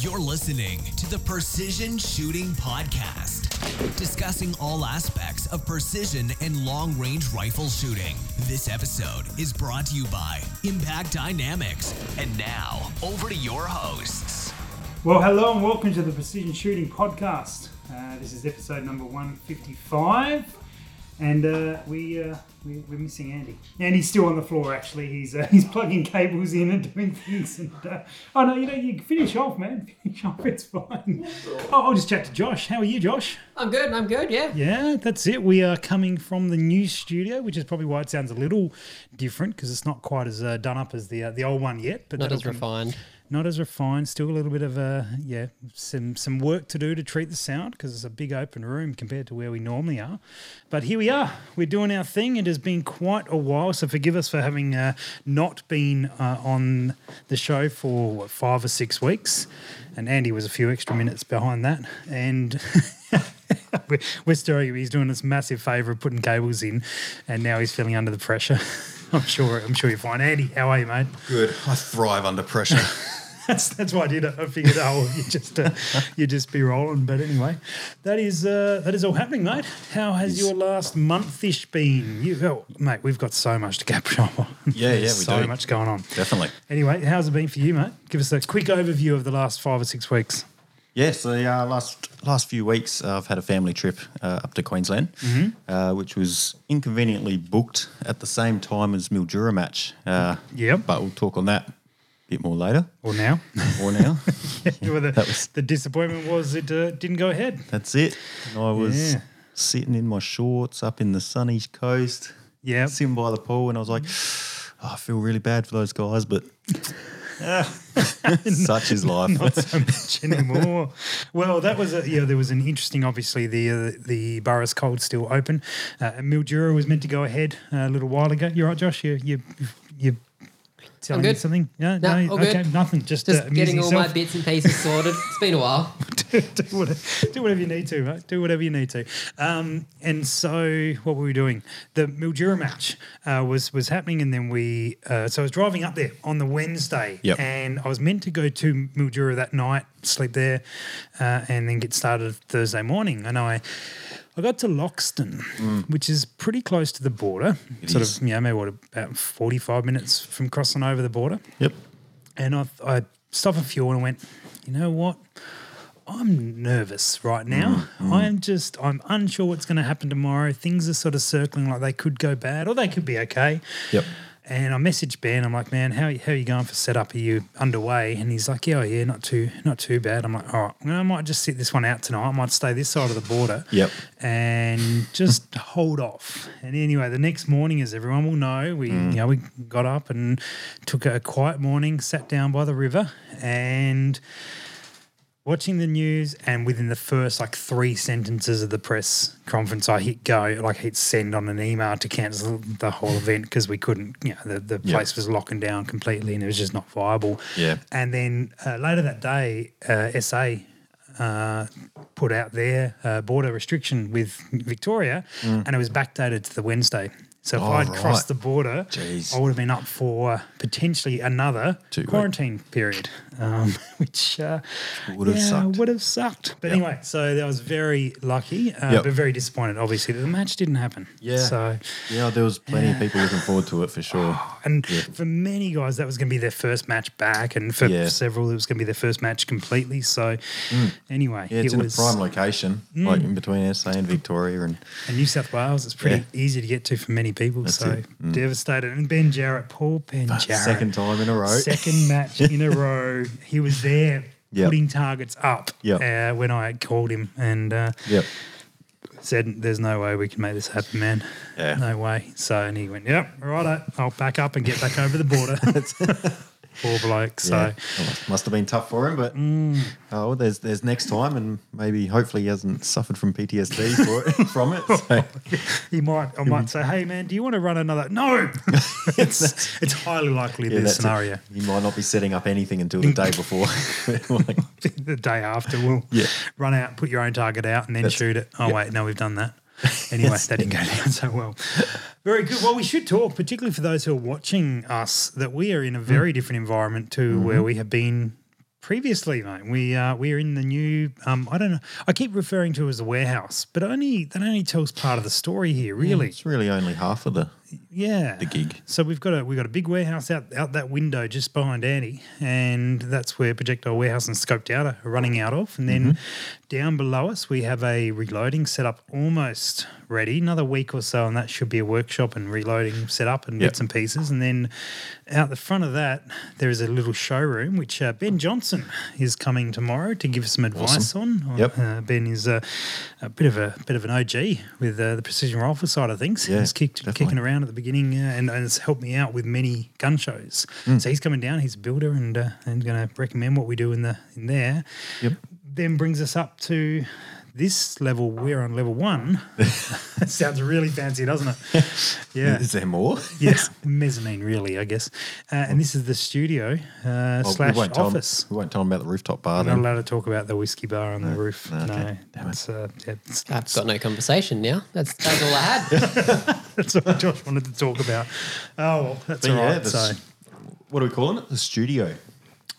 You're listening to the Precision Shooting Podcast, discussing all aspects of precision and long range rifle shooting. This episode is brought to you by Impact Dynamics. And now, over to your hosts. Well, hello and welcome to the Precision Shooting Podcast. Uh, this is episode number 155. And uh, we, uh, we, we're missing Andy. Andy's still on the floor, actually. He's, uh, he's plugging cables in and doing things. And, uh, oh, no, you know, you finish off, man. Finish off, it's fine. Oh, I'll just chat to Josh. How are you, Josh? I'm good. I'm good. Yeah. Yeah, that's it. We are coming from the new studio, which is probably why it sounds a little different because it's not quite as uh, done up as the uh, the old one yet. But Not that'll as come- refined. Not as refined. Still a little bit of uh, yeah, some some work to do to treat the sound because it's a big open room compared to where we normally are. But here we are. We're doing our thing. It has been quite a while, so forgive us for having uh, not been uh, on the show for what, five or six weeks. And Andy was a few extra minutes behind that. And We're- We're stirring. He's doing this massive favour of putting cables in, and now he's feeling under the pressure. I'm sure. I'm sure you're fine, Andy. How are you, mate? Good. I thrive under pressure. That's that's why I did it. I figured, oh, you just uh, you just be rolling. But anyway, that is uh, that is all happening, mate. How has your last monthish been? You, oh, mate, we've got so much to catch up on. Yeah, yeah, we There's so do. much going on. Definitely. Anyway, how's it been for you, mate? Give us a quick overview of the last five or six weeks. Yeah. So the uh, last last few weeks, uh, I've had a family trip uh, up to Queensland, uh, which was inconveniently booked at the same time as Mildura match. Uh, Yep. But we'll talk on that a bit more later Or now, or now. Well, the, that was- the disappointment was it uh, didn't go ahead. That's it. And I was Yeah. sitting in my shorts up in the sunny coast, Yeah. sitting by the pool, and I was like, "Oh, I feel really bad for those guys, but. Such is life. not so much anymore. well, that was a, yeah. There was an interesting. Obviously, the uh, the Burris Cold still open. Uh, Mildura was meant to go ahead uh, a little while ago. You're right, Josh. You you you telling me good. something? Yeah, No, no, all okay, good. nothing. Just, Just uh, amusing getting all my yourself. bits and pieces sorted. It's been a while. do, whatever, do whatever you need to, right? Do whatever you need to. Um, and so, what were we doing? The Mildura match uh, was was happening, and then we. Uh, so I was driving up there on the Wednesday, Yep. and I was meant to go to Mildura that night, sleep there, uh, and then get started Thursday morning. And I. I got to Loxton, which is pretty close to the border, sort Mm. is. of, you know, maybe what, about 45 minutes from crossing over the border. Yep. And I, I stopped for fuel and I went, you know what? I'm nervous right now. I'm just, I'm unsure what's going to happen tomorrow. Things are sort of circling like they could go bad or they could be okay. Yep. And I messaged Ben. I'm like, man, how, how are you going for setup? Are you underway? And he's like, yeah, oh, yeah, not too, not too bad. I'm like, all right, well, I might just sit this one out tonight. I might stay this side of the border. Yep. And just hold off. And anyway, the next morning, as everyone will know, we Mm. you know we got up and took a quiet morning, sat down by the river, and watching the news and within the first like three sentences of the press conference i hit go like hit send on an email to cancel the whole event because we couldn't you know the, the Yeah. place was locking down completely and it was just not viable Yeah. and then uh, later that day uh, sa uh, put out their uh, border restriction with victoria and it was backdated to the wednesday so if Mm. Oh, i'd right. crossed the border Jeez. i would have been up for potentially another Two weeks. quarantine period um, which uh, Would have yeah, sucked. Would have sucked. But anyway, so that was very lucky, uh, Yep. but very disappointed. Obviously, that the match didn't happen. Yeah. So, Yeah, there was plenty of people looking forward to it for sure. and for many guys, that was going to be their first match back, and for Yeah. Mm. several, it was going to be their first match completely. So, anyway, Yeah, it's it in was Mm. a prime location, like in between SA and Victoria, and and New South Wales. It's pretty easy to get to for many people. so it. Mm. devastated. And Ben Jarrett, Paul Ben Jarrett, second time in a row. second match in a row. He was there. Yep. Putting targets up Yep. uh, when I called him, and uh, Yep. said, "There's no way we can make this happen, man. Yeah. No way." So and he went, "Yep, righto. I'll back up and get back over the border." Poor bloke. Yeah. So It must- must have been tough for him, but Mm. oh, well, there's there's next time, and maybe hopefully he hasn't suffered from PTSD for it, from it. So he might, I might say, "Hey, man, do you want to run another?" No, it's it's highly likely yeah, this that's it. scenario. He might not be setting up anything until the day before. Like, the day after, we'll Yeah. run out, put your own target out, and then That's- shoot it. Oh wait, no, we've done that. Anyway, that didn't go down so well. Very good. Well, we should talk, particularly Mm. Mm-hmm. for those who are watching us, that we are in a very different environment to where we have been previously, mate. We uh, we're in the new. Um, I don't know. I keep referring to it as a warehouse, but only that only tells part of the story here, really. It's really only half of the. Yeah. The gig. So we've got a we've got a big warehouse out out that window just behind Andy, and that's where projectile warehouse and scoped out are running out of. And Mm-hmm. then down below us we have a reloading setup almost ready. Another week or so, and that should be a workshop and reloading setup and Yep. bits and pieces. And then out the front of that there is a little showroom which uh, Ben Johnson is coming tomorrow to give us some advice on. Yep. Uh, ben is a, a bit of a bit of an OG with uh, the precision rifle side of things. Yeah, he's kicked, definitely. kicking around at the beginning, uh, and, and it's helped me out with many gun shows. Mm. So he's coming down. He's a builder, and uh, and going to recommend what we do in the in there. Yep. Then brings us up to this level. We're on level one. that sounds really fancy, doesn't it? Yeah. Is there more? Yes, mezzanine, really, I guess. Uh, and this is the studio uh, Well, slash we won't tell 'em- office. we won't tell them about the rooftop bar Not then. allowed to talk about the whiskey bar on the roof. Okay. No, Damn that's uh, yeah, it's- I've got no conversation now. That's that's all I had. that's what Josh wanted to talk about. Oh, well, that's But all right. yeah, so that's- what are we calling it? The studio.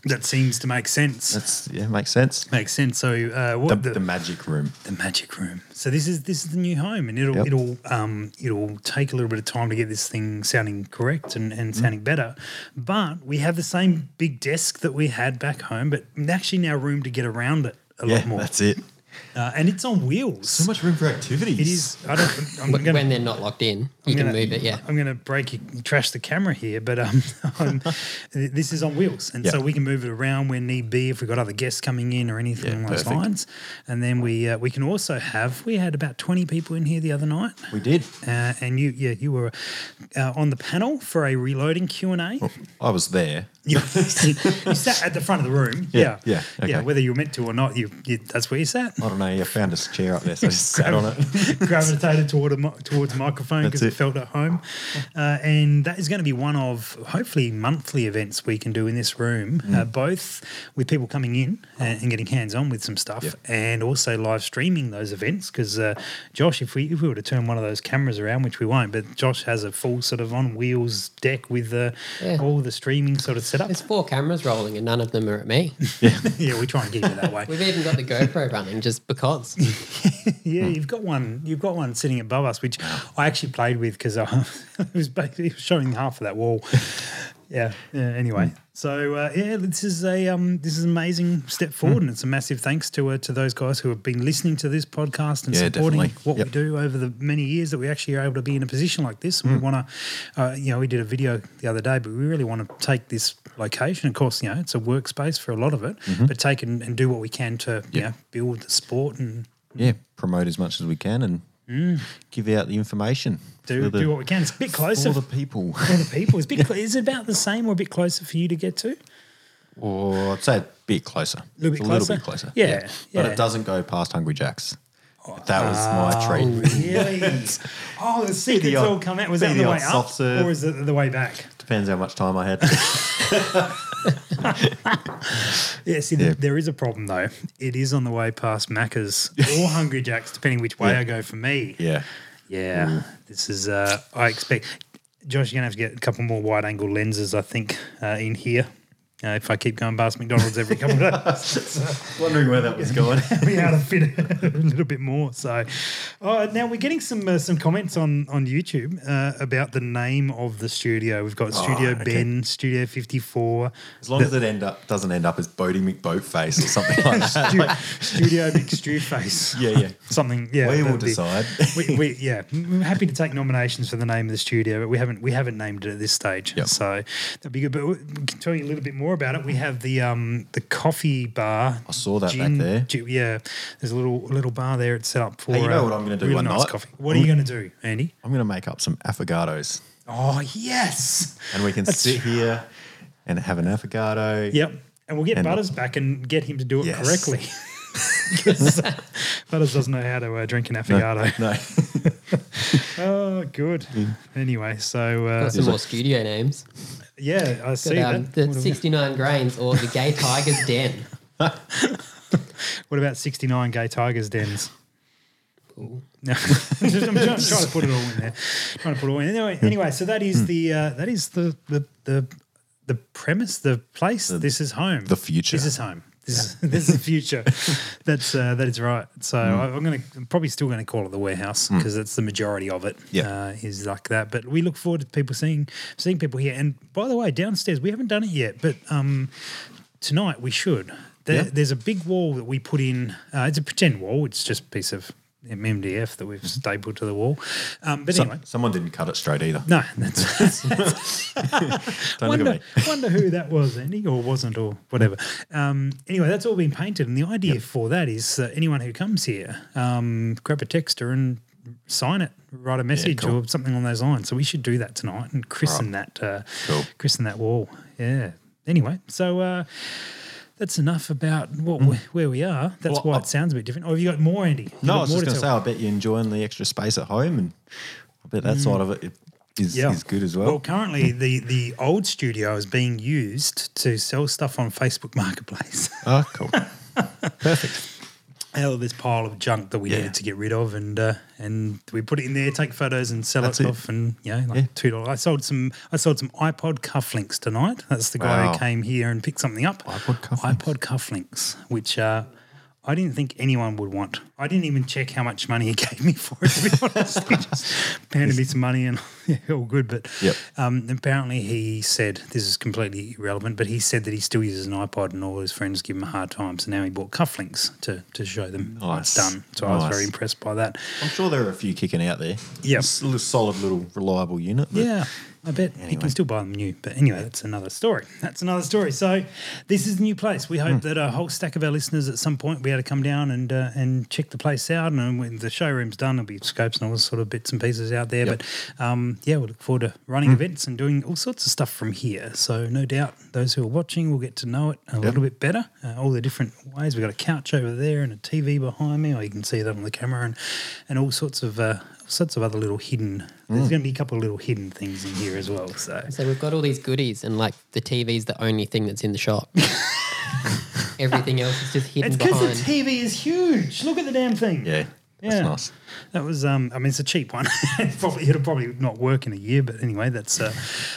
that seems to make sense. That's yeah, makes sense. makes sense. So uh, The, what the magic room. the magic room. So this is this is the new home, and it'll Yep. it'll um, it'll take a little bit of time to get this thing sounding correct and, Mm. and sounding better. But we have the same big desk that we had back home, but actually now room to get around it a Yeah, lot more. that's it. Uh, and it's on wheels. So much room for activities. it is. I don't. I'm But gonna, when they're not locked in, you can gonna- move it. Yeah. I'm going to break it, trash the camera here, but um, I'm- this is on wheels, and so Yeah. we can move it around where need be if we've got other guests coming in or anything Yeah, along those perfect. lines. And then we uh, we can also have we had about twenty people in here the other night. We did. Uh, and you, yeah, you were uh, on the panel for a reloading Q and A. I was there. You, you sat at the front of the room. Yeah, Yeah, yeah, yeah, okay. Whether you were meant to or not, you, you that's where you sat. I don't know. You found us a chair up there, so I just sat on it. gravitated toward a, mi- towards a microphone because That's it. it. felt at home. Uh, and that is going to be one of hopefully monthly events we can do in this room, uh, both with people coming in uh, and, and getting hands on with some stuff, Yeah. and also live streaming those events. Because uh, Josh, if we if we were to turn one of those cameras around, which we won't, but Josh has a full sort of on wheels deck with uh, Yeah. all the streaming sort of setup. There's four cameras rolling and none of them are at me. yeah, we try and keep it that way. We've even got the GoPro running just because. Yeah, Hmm. you've got one. You've got one sitting above us, which I actually played with because I it was basically showing half of that wall. yeah. yeah. Anyway, so uh, yeah, this is a um, this is an amazing Hmm. step forward, and it's a massive thanks to uh, to those guys who have been listening to this podcast and Yeah, supporting definitely. what we Yep. do over the many years that we actually are able to be in a position like this. Hmm. And we want to, uh, you know, we did a video the other day, but we really want to take this location. Of course, you know, it's a workspace for a lot of it, Mm-hmm. but take and, and do what we can to you know build the sport and Yeah, promote as much as we can and give out the information. Mm. do, for the, do what we can. It's a bit for closer the for people. the people. It's a bit clo- is it about the same or a bit closer for you to get to? A or I'd say a bit closer. little bit It's a closer. little bit closer. Yeah. But yeah. Oh, it doesn't go past Hungry Jack's. That was my treat. Really? oh, the secret's odd- all come out. Was be that the the odd way up soft serve. or is it the way back? Depends how much time I had. Yeah, see, th- there is a problem though. It is on the way past Macca's or Hungry Jack's, depending which way I go for me. yeah. Yeah, this is. Uh, I expect Josh. You're gonna have to get a couple more wide-angle lenses, I think, uh, in here. Uh, if I keep going past McDonald's every couple of days. Wondering where that was going. be able to fit a little bit more. So, uh, now we're getting some uh, some comments on on YouTube uh, about the name of the studio. We've got Studio okay. Ben, Studio Fifty Four, As long as it end up doesn't end up as Bodie McBoatface or something like that. Stu- Studio Big Stew Face. Yeah, yeah. something. Yeah, we will that'd be- decide. we, we yeah, we're happy to take nominations for the name of the studio, but we haven't we haven't named it at this stage. Yep. So that'd be good. But we can tell you a little bit more about it. We have the um the coffee bar. I saw that back there. yeah, there's a little little bar there. It's set up for. Hey, you know uh, what I'm gonna do really one nice night? Mm. Coffee. What are you going to do, Andy? I'm going to make up some affogatos Oh yes. and we can That's sit here and have an affogato. Yep. And we'll get And- Butters back and get him to do it Yes. correctly. 'Cause, uh, Butters doesn't know how to uh, drink an affogato. No. Oh, good. Mm. Anyway, so uh, Got some more studio names. yeah, I see But, um, that. What the have we- 69 grains or the Gay Tiger's Den. What about 69 gay tigers dens? No, I'm, just- I'm trying, trying Hmm. to put it all in there. Trying to put it all in. Anyway, anyway so that is the uh, that is the the the the premise, the place. this is home. the future. This is home. This is this is the future. That's uh, that is right. So Hmm. I, I'm going to probably still going to call it the warehouse because it's the majority of it. Yeah. uh, is like that. But we look forward to people seeing seeing people here. And by the way, downstairs we haven't done it yet, but um, tonight we should. There, Yeah. There's a big wall that we put in. Uh, it's a pretend wall. It's just a piece of MDF that we've stapled to the wall. Um, but Mm-hmm. So- anyway. someone didn't cut it straight either. No, that's, Don't look wonder, at me. wonder who that was, Andy, or wasn't, or whatever. Um, anyway, that's all been painted, and the idea for that is that anyone who comes here, um, grab a texter and sign it, write a message cool. or something on those lines. So we should do that tonight and christen that, uh, Cool. christen that wall. Yeah. Anyway, so. Uh, that's enough about what Hmm. we, where we are. That's Well, why I- it sounds a bit different. Oh, have you got more, Andy? You No, got I was more just going to say, tell? I bet you're enjoying the extra space at home, and I bet that side of it is, Mm. Yeah. is good as well. Well, currently the the old studio is being used to sell stuff on Facebook Marketplace. Ah, cool. out of this pile of junk that we Yeah. needed to get rid of, and uh, and we put it in there, take photos, and sell That's it it. off, and you know, like two dollars. I sold some, I sold some iPod cufflinks tonight. That's the guy Wow. who came here and picked something up. iPod cufflinks. iPod cufflinks, which uh, I didn't think anyone would want. I didn't even check how much money he gave me for it. To be honest, he just handed me some money, and yeah, all good. But Yep. um, apparently, he said this is completely irrelevant, but he said that he still uses an iPod and all his friends give him a hard time. So now he bought cufflinks to, to show them how it's Nice. done. So I was Nice. very impressed by that. I'm sure there are a few kicking out there. Yeah. S- little solid little reliable unit. but- Yeah, I bet you can still buy them new. But anyway, that's another story. That's another story. So this is the new place. We hope that a whole stack of our listeners at some point will be able to come down and uh, and check the place out. And when the showroom's done, there'll be scopes and all those sort of bits and pieces out there. But um, yeah, we look forward to running events and doing all sorts of stuff from here. So no doubt those who are watching will get to know it a little bit better. Uh, all the different ways. We've got a couch over there and a TV behind me, or you can see that on the camera, and and all sorts of. Uh, Sorts of other little hidden. There's going to be a couple of little hidden things in here as well. So So we've got all these goodies, and like the TV's the only thing that's in the shop. Everything else is just hidden it's because the behind. TV is huge. Look at the damn thing. Yeah. That's Yeah. nice. That was, um, I mean, it's a cheap one. probably it'll probably not work in a year, but anyway, that's uh,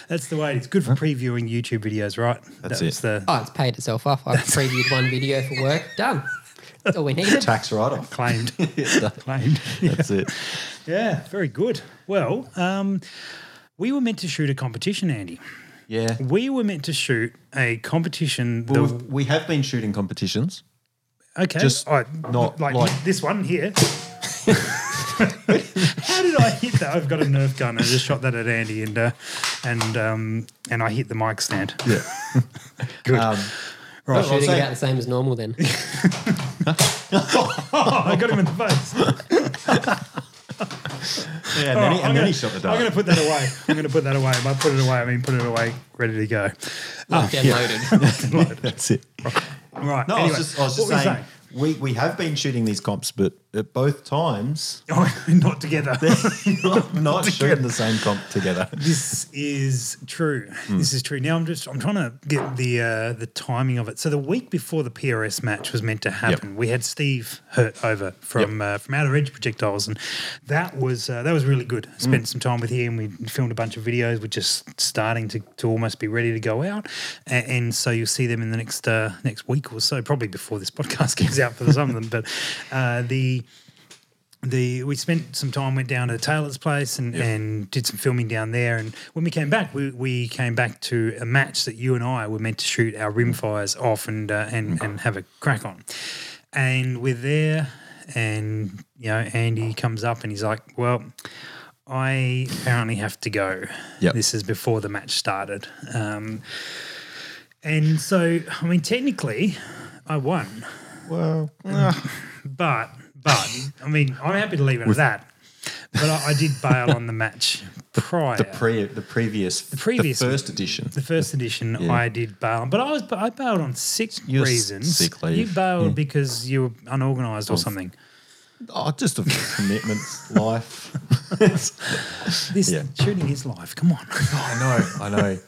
that's the way. It's good for previewing YouTube videos, right? That's that was it. the oh, it's paid itself off. I've previewed one video for work. Done. That's all we needed. Tax write off. claimed, claimed. Yeah. That's it. Yeah, very good. Well, um, we were meant to shoot a competition, Andy. Yeah. We were meant to shoot a competition. that Well, we've- we have been shooting competitions. okay, just all right, not like- this one here. How did I hit that? I've got a Nerf gun. and I just shot that at Andy, and uh, and um, and I hit the mic stand. Oh, Yeah. Good. Um, right. I'll Shooting say- about the same as normal then. Oh, I got him in the face. yeah, and All right, I'm then, he, and then gonna- he shot the Oh, I'm going to put dart. that away. I'm going to put that away. By put it away, I mean put it away, ready to go. Locked and loaded. That's it. Right. No, anyway, I was just, I was just what were you saying, we, we have been shooting these comps, but at both times, saying? not together. not, not shooting the same comp together. this is true. This is true. Now I'm just I'm trying to get the uh, the timing of it. So the week before the PRS match was meant to happen, we had Steve Hurt over from uh, from Outer Edge Projectiles, and that was uh, that was really good. Spent some time with him. We filmed a bunch of videos. We're just starting to, to almost be ready to go out, A- and, so you'll see them in the next uh, next week or so, probably before this podcast goes out for some of them. But uh, the the we spent some time went down to Taylor's place and, and did some filming down there and when we came back we, we came back to a match that you and I were meant to shoot our rim fires off and uh, and and have a crack on and we're there and you know Andy comes up and he's like well I apparently have to go Yep. this is before the match started um, and so I mean technically I won Well, but but I mean, I'm happy to leave it at that. But I, I did bail on the match prior. the, pre, the previous, the previous- first edition. the first edition, I did bail, but I was I bailed on six You're s- reasons. sick leave. Hmm. You bailed because you were unorganised or something. Oh, just of commitments, life. This Yeah. shooting is life. Come on, I know, I know.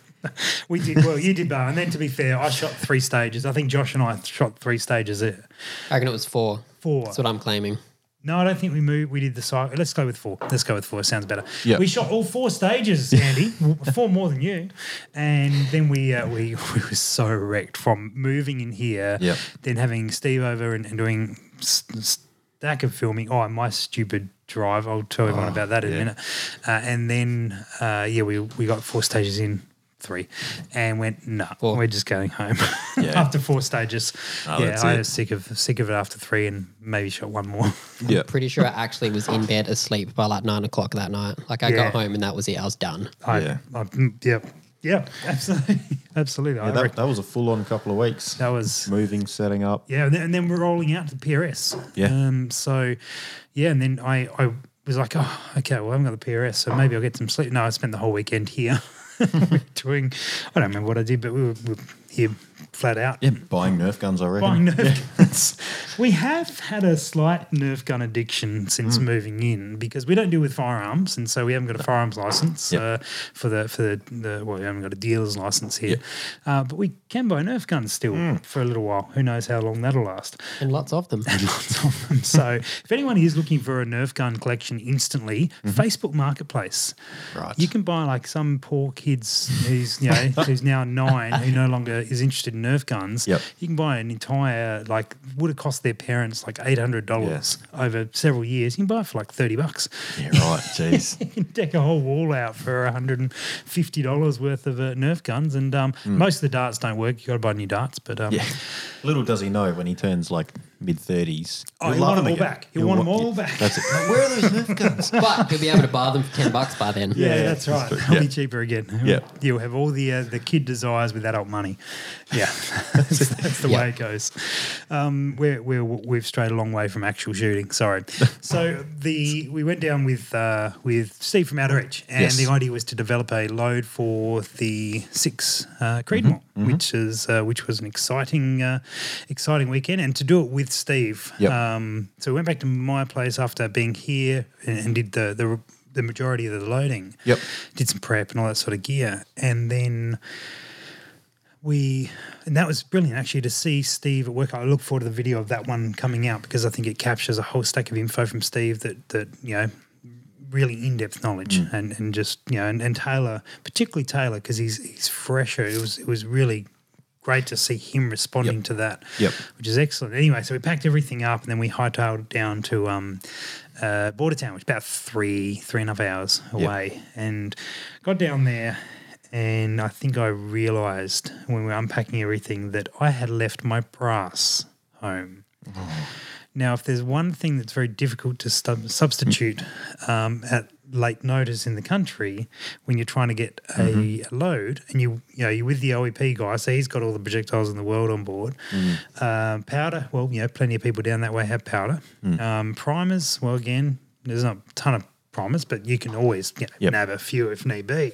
we did well. You did bail, and then to be fair, I shot three stages. I think Josh and I shot three stages. There. I reckon it was four. Four. That's what I'm claiming. No, I don't think we moved. We did the cycle. Let's go with four. Let's go with four. Sounds better. Yeah. We shot all four stages, Andy, w- four more than you, and then we uh, we we were so wrecked from moving in here, Yep. then having Steve over and, and doing s- stack of filming. Oh, and my stupid drive. I'll tell everyone Oh, about that in a minute. Uh, and then uh, yeah, we we got four stages in. Three and went, no, Four. we're just going home Yeah. Ah, after four stages. yeah, that's I it. was sick of sick of it after three and maybe shot one more. Yeah. Pretty sure I actually was in bed asleep by like nine o'clock that night. Like I Yeah. got home and that was it. I was done. I, Yeah. I, mm, yeah. Yeah. Absolutely. absolutely. I that, reckon that was a full on couple of weeks. that was. Moving, setting up. Yeah, and then, and then we're rolling out to the PRS. Yeah. Um, so, yeah, and then I, I was like, oh, okay, well, I haven't got the PRS, so maybe I'll get some sleep. No, I spent the whole weekend here doing, I don't remember what I did, but we were, we were here flat out. Yeah, buying Nerf guns, I reckon. Buying Nerf guns. We have had a slight Nerf gun addiction since moving in because we don't deal with firearms, and so we haven't got a firearms license Yep. uh, for the for the, the well, we haven't got a dealer's license here, Yep. uh, but we can buy Nerf guns still for a little while. Who knows how long that'll last? And lots of them. lots of them. Um, So if anyone is looking for a Nerf gun collection instantly, Facebook Marketplace. Mm-hmm. Right. You can buy like some poor kids who's you know who's now nine who no longer is interested in Nerf guns. Yep. You can buy an entire like would have cost their parents like eight hundred dollars over several years. You can buy it for like thirty bucks. Yeah, right. Jeez. You can deck a whole wall out for $150 worth of uh, Nerf guns. And um, most of the darts don't work. You've got to buy new darts. But um, Hmm. Yeah. Little does he know when he turns like mid 30s. Oh, he'll want them all back. He'll want them all back. That's it. Where are those Nerf guns? but you'll be able to buy them for 10 bucks by then. Yeah, Yeah, that's right. that's true. It'll be Yeah. cheaper again. Yeah. You'll have all the uh, the kid desires with adult money. Yeah, that's, that's the Yeah. way it goes. Um, we're, we're, we've strayed a long way from actual shooting. Sorry. So the we went down with uh, with Steve from Outer Edge, and Yes. the idea was to develop a load for the six uh, Creedmoor, Mm-hmm, which is uh, which was an exciting uh, exciting weekend, and to do it with Steve. Yep. Um, so we went back to my place after being here and, and did the, the the majority of the loading. Yep. Did some prep and all that sort of gear, and then we and that was brilliant actually to see Steve at work. I look forward to the video of that one coming out because I think it captures a whole stack of info from Steve that that you know really in-depth knowledge Mm. and and just you know and, and Taylor particularly Taylor because he's he's fresher. It was it was really great to see him responding to that. Yep. Which is excellent. Anyway, so we packed everything up and then we hightailed down to um, uh, Border Town, which is about three, three and a half hours away. And got down there and I think I realized when we were unpacking everything that I had left my brass home. Now, if there's one thing that's very difficult to stu- substitute um, at late notice in the country when you're trying to get a load and you you know you're with the OEP guy, so he's got all the projectiles in the world on board. Um, powder, well, you know, plenty of people down that way have powder. Um, primers, well, again, there's not a ton of primers, but you can always you know, Yep. nab a few if need be.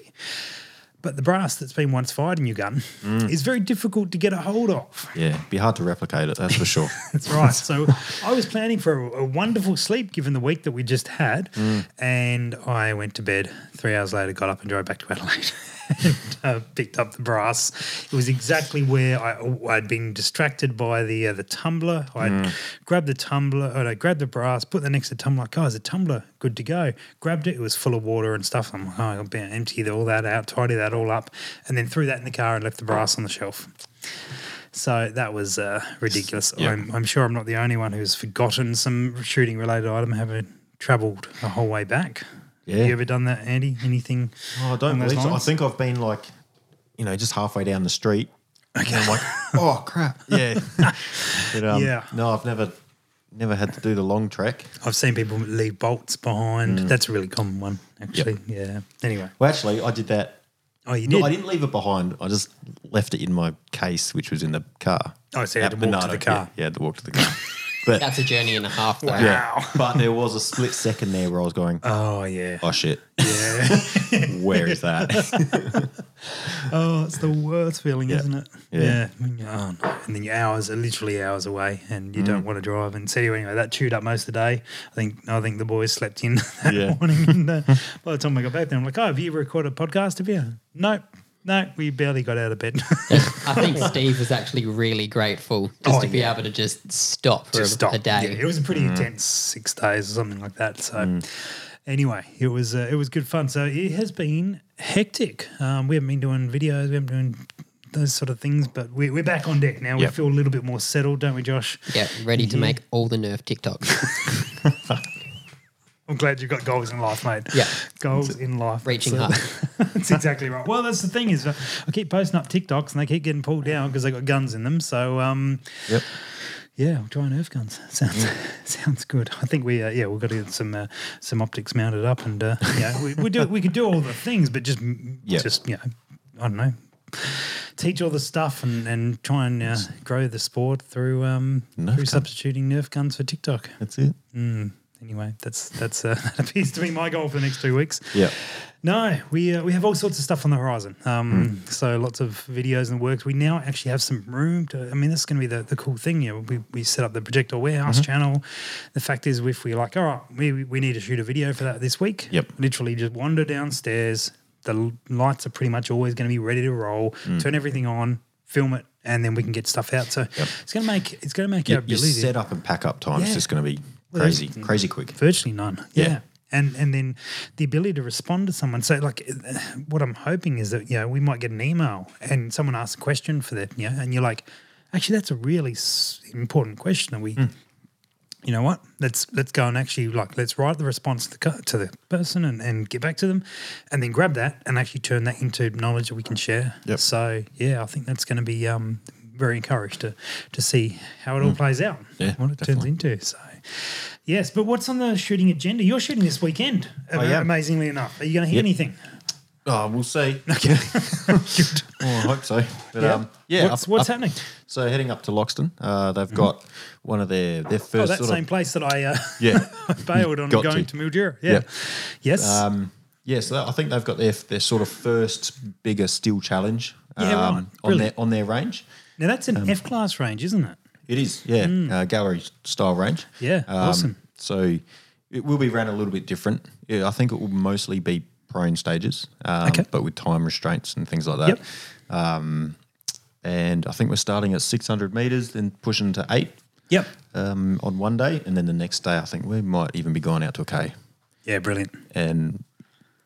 But the brass that's been once fired in your gun is very difficult to get a hold of. Yeah, be hard to replicate it, that's for sure. That's right. So I was planning for a, a wonderful sleep given the week that we just had. And I went to bed three hours later, got up and drove back to Adelaide and uh, picked up the brass. It was exactly where I, I'd been distracted by the uh, the tumbler. I'd grabbed the tumbler, and I grabbed the brass, put the next to the tumbler, like, oh, is the tumbler good to go? Grabbed it, it was full of water and stuff. I'm like, oh, I'll be- empty all that out, tidy that all up. And then threw that in the car and left the brass on the shelf. So that was uh, ridiculous. Yeah. I'm, I'm sure I'm not the only one who's forgotten some shooting related item, having travelled the whole way back. Yeah. You ever done that, Andy? Anything? Oh, I on don't those believe so. I lines? think I've been like, you know, just halfway down the street. Okay. And I'm like, oh crap. Yeah. but, um, Yeah. No, I've never, never had to do the long trek. I've seen people leave bolts behind. Mm. That's a really common one, actually. Yeah. Anyway. Well, actually, I did that. Oh, you No, did. I didn't leave it behind. I just left it in my case, which was in the car. Oh, so you had At to walk to the car. Yeah, yeah, had to walk to the car. But That's a journey and a half though. yeah, but there was a split second there where I was going, Oh yeah. oh shit, Yeah. where is that? oh, it's the worst feeling, Yeah. isn't it? Yeah. When you- Oh, no. And then you're hours, are literally hours away, and you Mm. don't want to drive. And so anyway, that chewed up most of the day. I think I think the boys slept in that Yeah. morning. And uh, by the time I got back there, I'm like, "Oh, have you recorded a podcast? Have you? Nope. No, we barely got out of bed. I think Steve was actually really grateful just Oh, to be yeah. able to just stop for Just a, stop. a day. Yeah, it was a pretty intense six days or something like that. So anyway, it was uh, it was good fun. So it has been hectic. Um, we haven't been doing videos. We haven't been doing those sort of things, but we're, we're back on deck now. Yep. We feel a little bit more settled, don't we, Josh? Yeah, ready to make all the Nerf TikToks. I'm glad you've got goals in life, mate. Yeah. Goals in life. Reaching That's, uh, hard. That's exactly right. Well, that's the thing is, uh, I keep posting up TikToks and they keep getting pulled down because they got guns in them. So, um, Yep. yeah, we'll try Nerf guns. Sounds sounds good. I think we, uh, yeah, we've got to get some uh, some optics mounted up, and uh, yeah, we, we do we could do all the things, but just Yeah. just you know, I don't know, teach all the stuff and and try and uh, grow the sport through um Nerf through guns. substituting Nerf guns for TikTok. That's it. Anyway, that's that's uh, that appears to be my goal for the next two weeks. Yeah. No, we uh, we have all sorts of stuff on the horizon. Um, Hmm. So lots of videos and works. We now actually have some room to. I mean, this is going to be the, the cool thing. You know, we, we set up the projector warehouse Mm-hmm. channel. The fact is, if we're like, all right, we we need to shoot a video for that this week. Yep. Literally, just wander downstairs. The l- lights are pretty much always going to be ready to roll. Hmm. Turn everything on, film it, and then we can get stuff out. So it's going to make it's going to make Your, our your ability set up and pack up time Yeah. Mm. is just going to be Well, there's- crazy, crazy quick. virtually none. Yeah. And and then the ability to respond to someone. So like, what I'm hoping is that you know we might get an email and someone asks a question for that. You know, and you're like, actually, that's a really s- important question. And we, Hmm. you know what? Let's let's go and actually like let's write the response to the, cu- to the person and and get back to them, and then grab that and actually turn that into knowledge that we can share. Yep. So yeah, I think that's going to be um very encouraged to to see how it all plays out. Hmm. Yeah, What it turns definitely. into. So, yes, but what's on the shooting agenda? You're shooting this weekend, am- am. amazingly enough. Are you going to hear Yep. anything? Oh, we'll see. Okay. I hope so. But, Yeah. um, yeah. What's, up- what's up- happening? So heading up to Loxton, uh, they've got one of their their first Oh, that sort same of place that I uh, yeah bailed on Got going to, to. Mildura. Yeah. Yep. Yes. um, yeah. So that- I think they've got their their sort of first bigger steel challenge um, Yeah, right. on Brilliant. their on their range. now, that's um, an F class range, isn't it? It is yeah uh, gallery style range. Mm. Um, Yeah, awesome. So it will be ran a little bit different. Yeah, I think it will mostly be prone stages, um, Okay. but with time restraints and things like that. Yep. And I think we're starting at 600 meters, then pushing to eight Yep. um, on one day, and then the next day I think we might even be going out to a K. Yeah, brilliant. And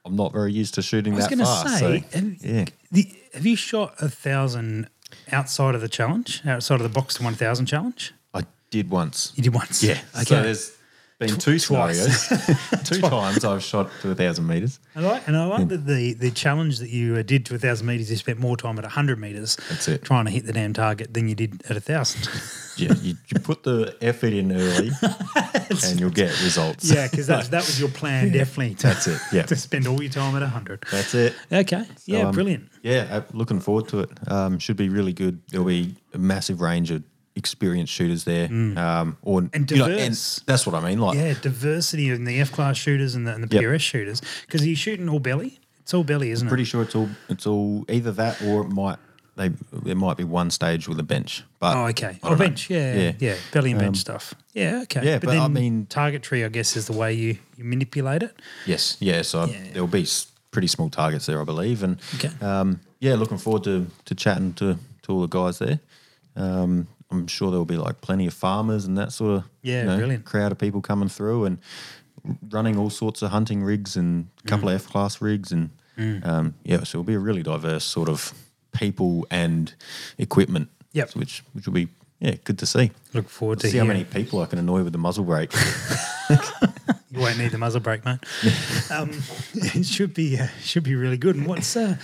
I'm not very used to shooting I was that going to far. say, so, have, yeah. the, have you shot a thousand outside of the challenge, outside of the box to 1000 challenge? I did once. You did once. Yeah. Okay. So there's been two twice. scenarios. two times I've shot to a thousand meters. And I, and I like that the, the challenge that you uh, did to 1,000 metres, you spent more time at 100 metres That's it. trying to hit the damn target than you did at 1,000. Yeah, you, you put the effort in early, and you'll get results. yeah, because that, that was your plan, definitely. To, That's it, yeah. to spend all your time at 100. that's it. Okay. yeah, um, brilliant. Yeah, I'm looking forward to it. Um, should be really good. There'll be a massive range of experienced shooters there. Um, or Mm. And you know, diverse. that's what I mean. Like, Yeah, diversity in the F class shooters and the, and the Yep. PRS shooters. Because you're shooting all belly. It's all belly, isn't pretty it? sure it's all it's all either that or it might they there might be one stage with a bench. But Oh, okay. I Oh, don't know. bench. Yeah, yeah. Yeah. Um, Belly and bench stuff. Yeah, okay. yeah, but I mean- targetry, I guess, is the way you, you manipulate it. Yes, yeah. So Yeah. there'll be s- pretty small targets there, I believe. And Okay. um, yeah, looking forward to to chatting to to all the guys there. Um, I'm sure there'll be like plenty of farmers and that sort of Yeah, brilliant. crowd of people coming through and running all sorts of hunting rigs and a couple Mm. of F class rigs and um, yeah, so it'll be a really diverse sort of people and equipment. Yep. which which will be yeah good to see. Look forward to See how hearing- many people I can annoy with the muzzle brake. You won't need the muzzle brake, mate. um, it should be uh, should be really good. And what's uh,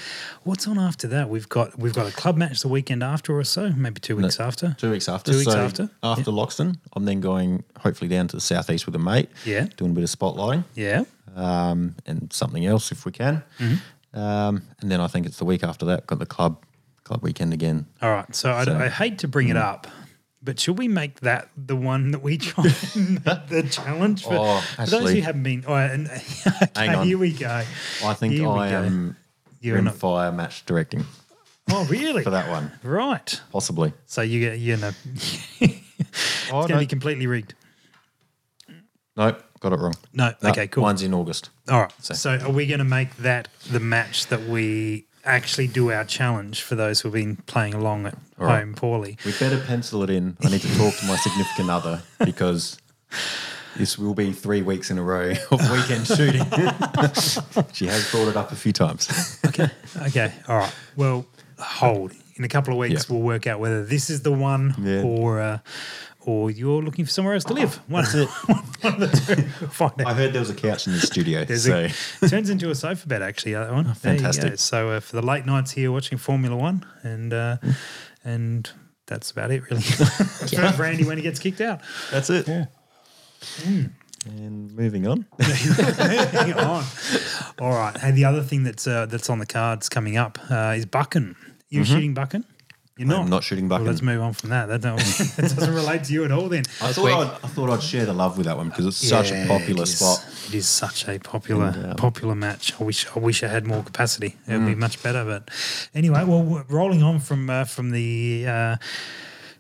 what's on after that? We've got we've got a club match the weekend after or so, maybe two weeks after. Two weeks after. Two weeks after. After Loxton, I'm then going hopefully down to the southeast with a mate. Yeah. Doing a bit of spotlighting Yeah. um, and something else if we can. Mm-hmm. Um, and then I think it's the week after that got the club club weekend again. All right. So, I- So- mm. I, hate to bring it up. But should we make that the one that we try and make the challenge for, Oh, for those who actually- haven't been? All right, and, okay, Hang on. Here we go. I think Here we I go. am You're in not- fire match directing Oh, really? for that one, Right. possibly. So you get you know it's Oh, going to no. be completely rigged. Nope, got it wrong. No. Okay. Cool. Mine's in August. All right. So, So- are we going to make that the match that we actually do our challenge for those who've been playing along at right. home poorly. We better pencil it in. I need to talk to my significant other because this will be three weeks in a row of weekend shooting. she has brought it up a few times. Okay, all right. Well, hold. In a couple of weeks, Yeah. we'll work out whether this is the one Yeah. or uh, or you're looking for somewhere else to live. One, one of the two. Find out. I heard there was a couch in the studio. There's so a, turns into a sofa bed actually. That one, There you go. Oh, fantastic. So uh, for the late nights here watching Formula One, and uh, and that's about it really. For Brandy when he gets kicked out. that's it. Hmm. And moving on. Hang on. All right. Hey, the other thing that's uh, that's on the cards coming up uh, is Buckin. You shooting Buckin? You're not. I'm Mm-hmm. not shooting Well, bucket. let's move on from that. That, don't, that doesn't relate to you at all. Then I thought, quick. I'd, I thought I'd share the love with that one because it's such a Yeah, popular it is. spot. um, It is such a popular popular match. I wish I wish I had more capacity. It would Mm. be much better. But anyway, well, we're rolling on from uh, from the uh,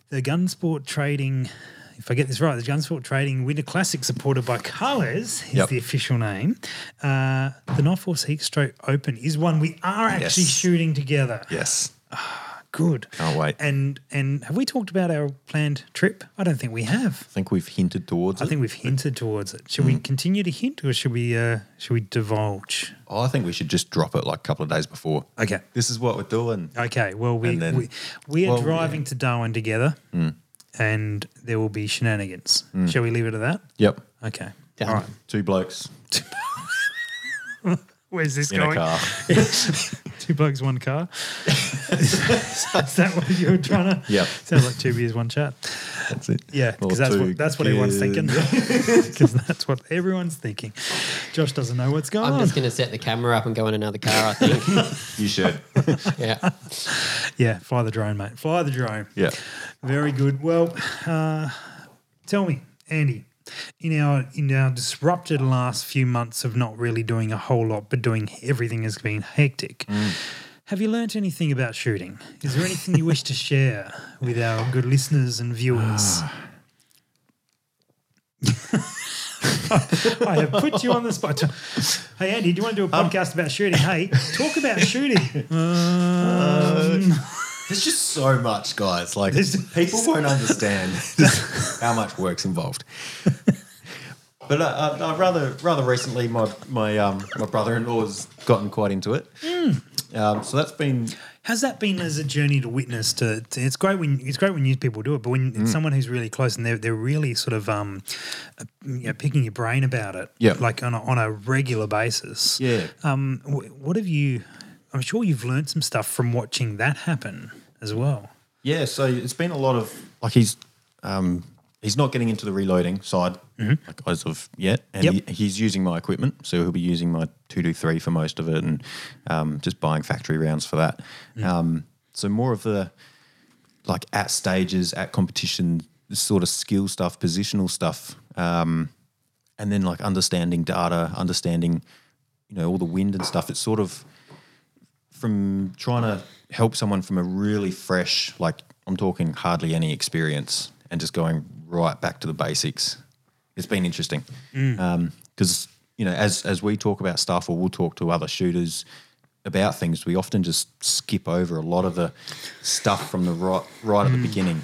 the Gunsport Trading. If I get this right, the Gunsport Trading Winter Classic, supported by Colours, is Yep. the official name. Uh, the North Force Heatstroke Open is one we are actually Yes. shooting together. Yes. Good. Can't wait. And and have we talked about our planned trip? I don't think we have. I think we've hinted towards I it. think we've hinted towards it. Should Mm. we continue to hint, or should we? Uh, should we divulge? Oh, I think we should just drop it like a couple of days before. Okay. This is what we're doing. Okay. Well, we And then- we, we are well, Mm. driving to Darwin together, and there will be shenanigans. Shall we leave it at that? Yep. Okay. Done. All right. Two blokes Where's this in a going? car. Two bugs, one car. is that what you were trying to? Yep. Sounds like two beers, one chat. That's it. Yeah, Or because that's two what that's what everyone's kids. thinking. Because that's what everyone's thinking. Josh doesn't know what's going I'm on. just going to set the camera up and go in another car, I think. You should. yeah. yeah, fly the drone, mate. Fly the drone. yeah. Very good. Well, uh, tell me, Andy, in our in our disrupted last few months of not really doing a whole lot, but doing everything has been hectic. Have you learnt anything about shooting? Is there anything you wish to share with our good listeners and viewers? I have put you on the spot. Hey Andy, do you want to do a podcast about shooting? Hey, talk about shooting. There's just so much, guys. Like people won't understand how much work's involved. But I, I, I rather rather recently, my my um, my brother-in-law's gotten quite into it. Hmm. Um, so that's been How's that been as a journey to witness? To, to it's great when it's great when new people do it, but when Mm. it's someone who's really close and they're they're really sort of um, uh, you know, picking your brain about it, Yeah. like on a, on a regular basis. yeah. Um, wh- what have you? I'm sure you've learned some stuff from watching that happen as well. Yeah, so it's been a lot of like he's um, he's not getting into the reloading side like as of yet, and Yep. he, he's using my equipment, so he'll be using my two two three for most of it, and um, just buying factory rounds for that. Um, so more of the like at stages, at competition, this sort of skill stuff, positional stuff, um, and then like understanding data, understanding you know all the wind and stuff. It's sort of from trying to help someone from a really fresh, like I'm talking hardly any experience, and just going right back to the basics. It's been interesting because you know, as as we talk about stuff, or we'll talk to other shooters about things, we often just skip over a lot of the stuff from the right right at the beginning.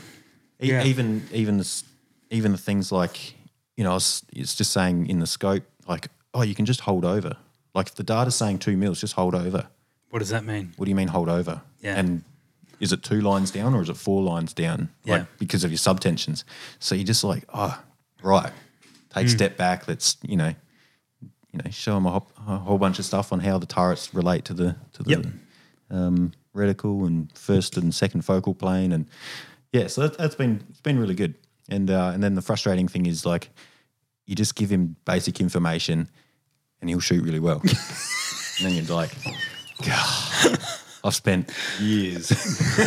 E- Yeah. Even even the, s- even the things like you know, I was, it's just saying in the scope, like oh, you can just hold over. Like if the data's saying two mils, just hold over What does that mean? what do you mean hold over? Yeah. And is it two lines down or is it four lines down? Yeah. Like because of your subtensions. So you're just like, oh, right. Take a Hmm. step back. Let's, you know, you know, show them a, hop, a whole bunch of stuff on how the turrets relate to the to the Yep. um, reticle and first and second focal plane and yeah, so that, that's been it's been really good. And uh, and then the frustrating thing is like you just give him basic information and he'll shoot really well. and then you're like, God, I've spent years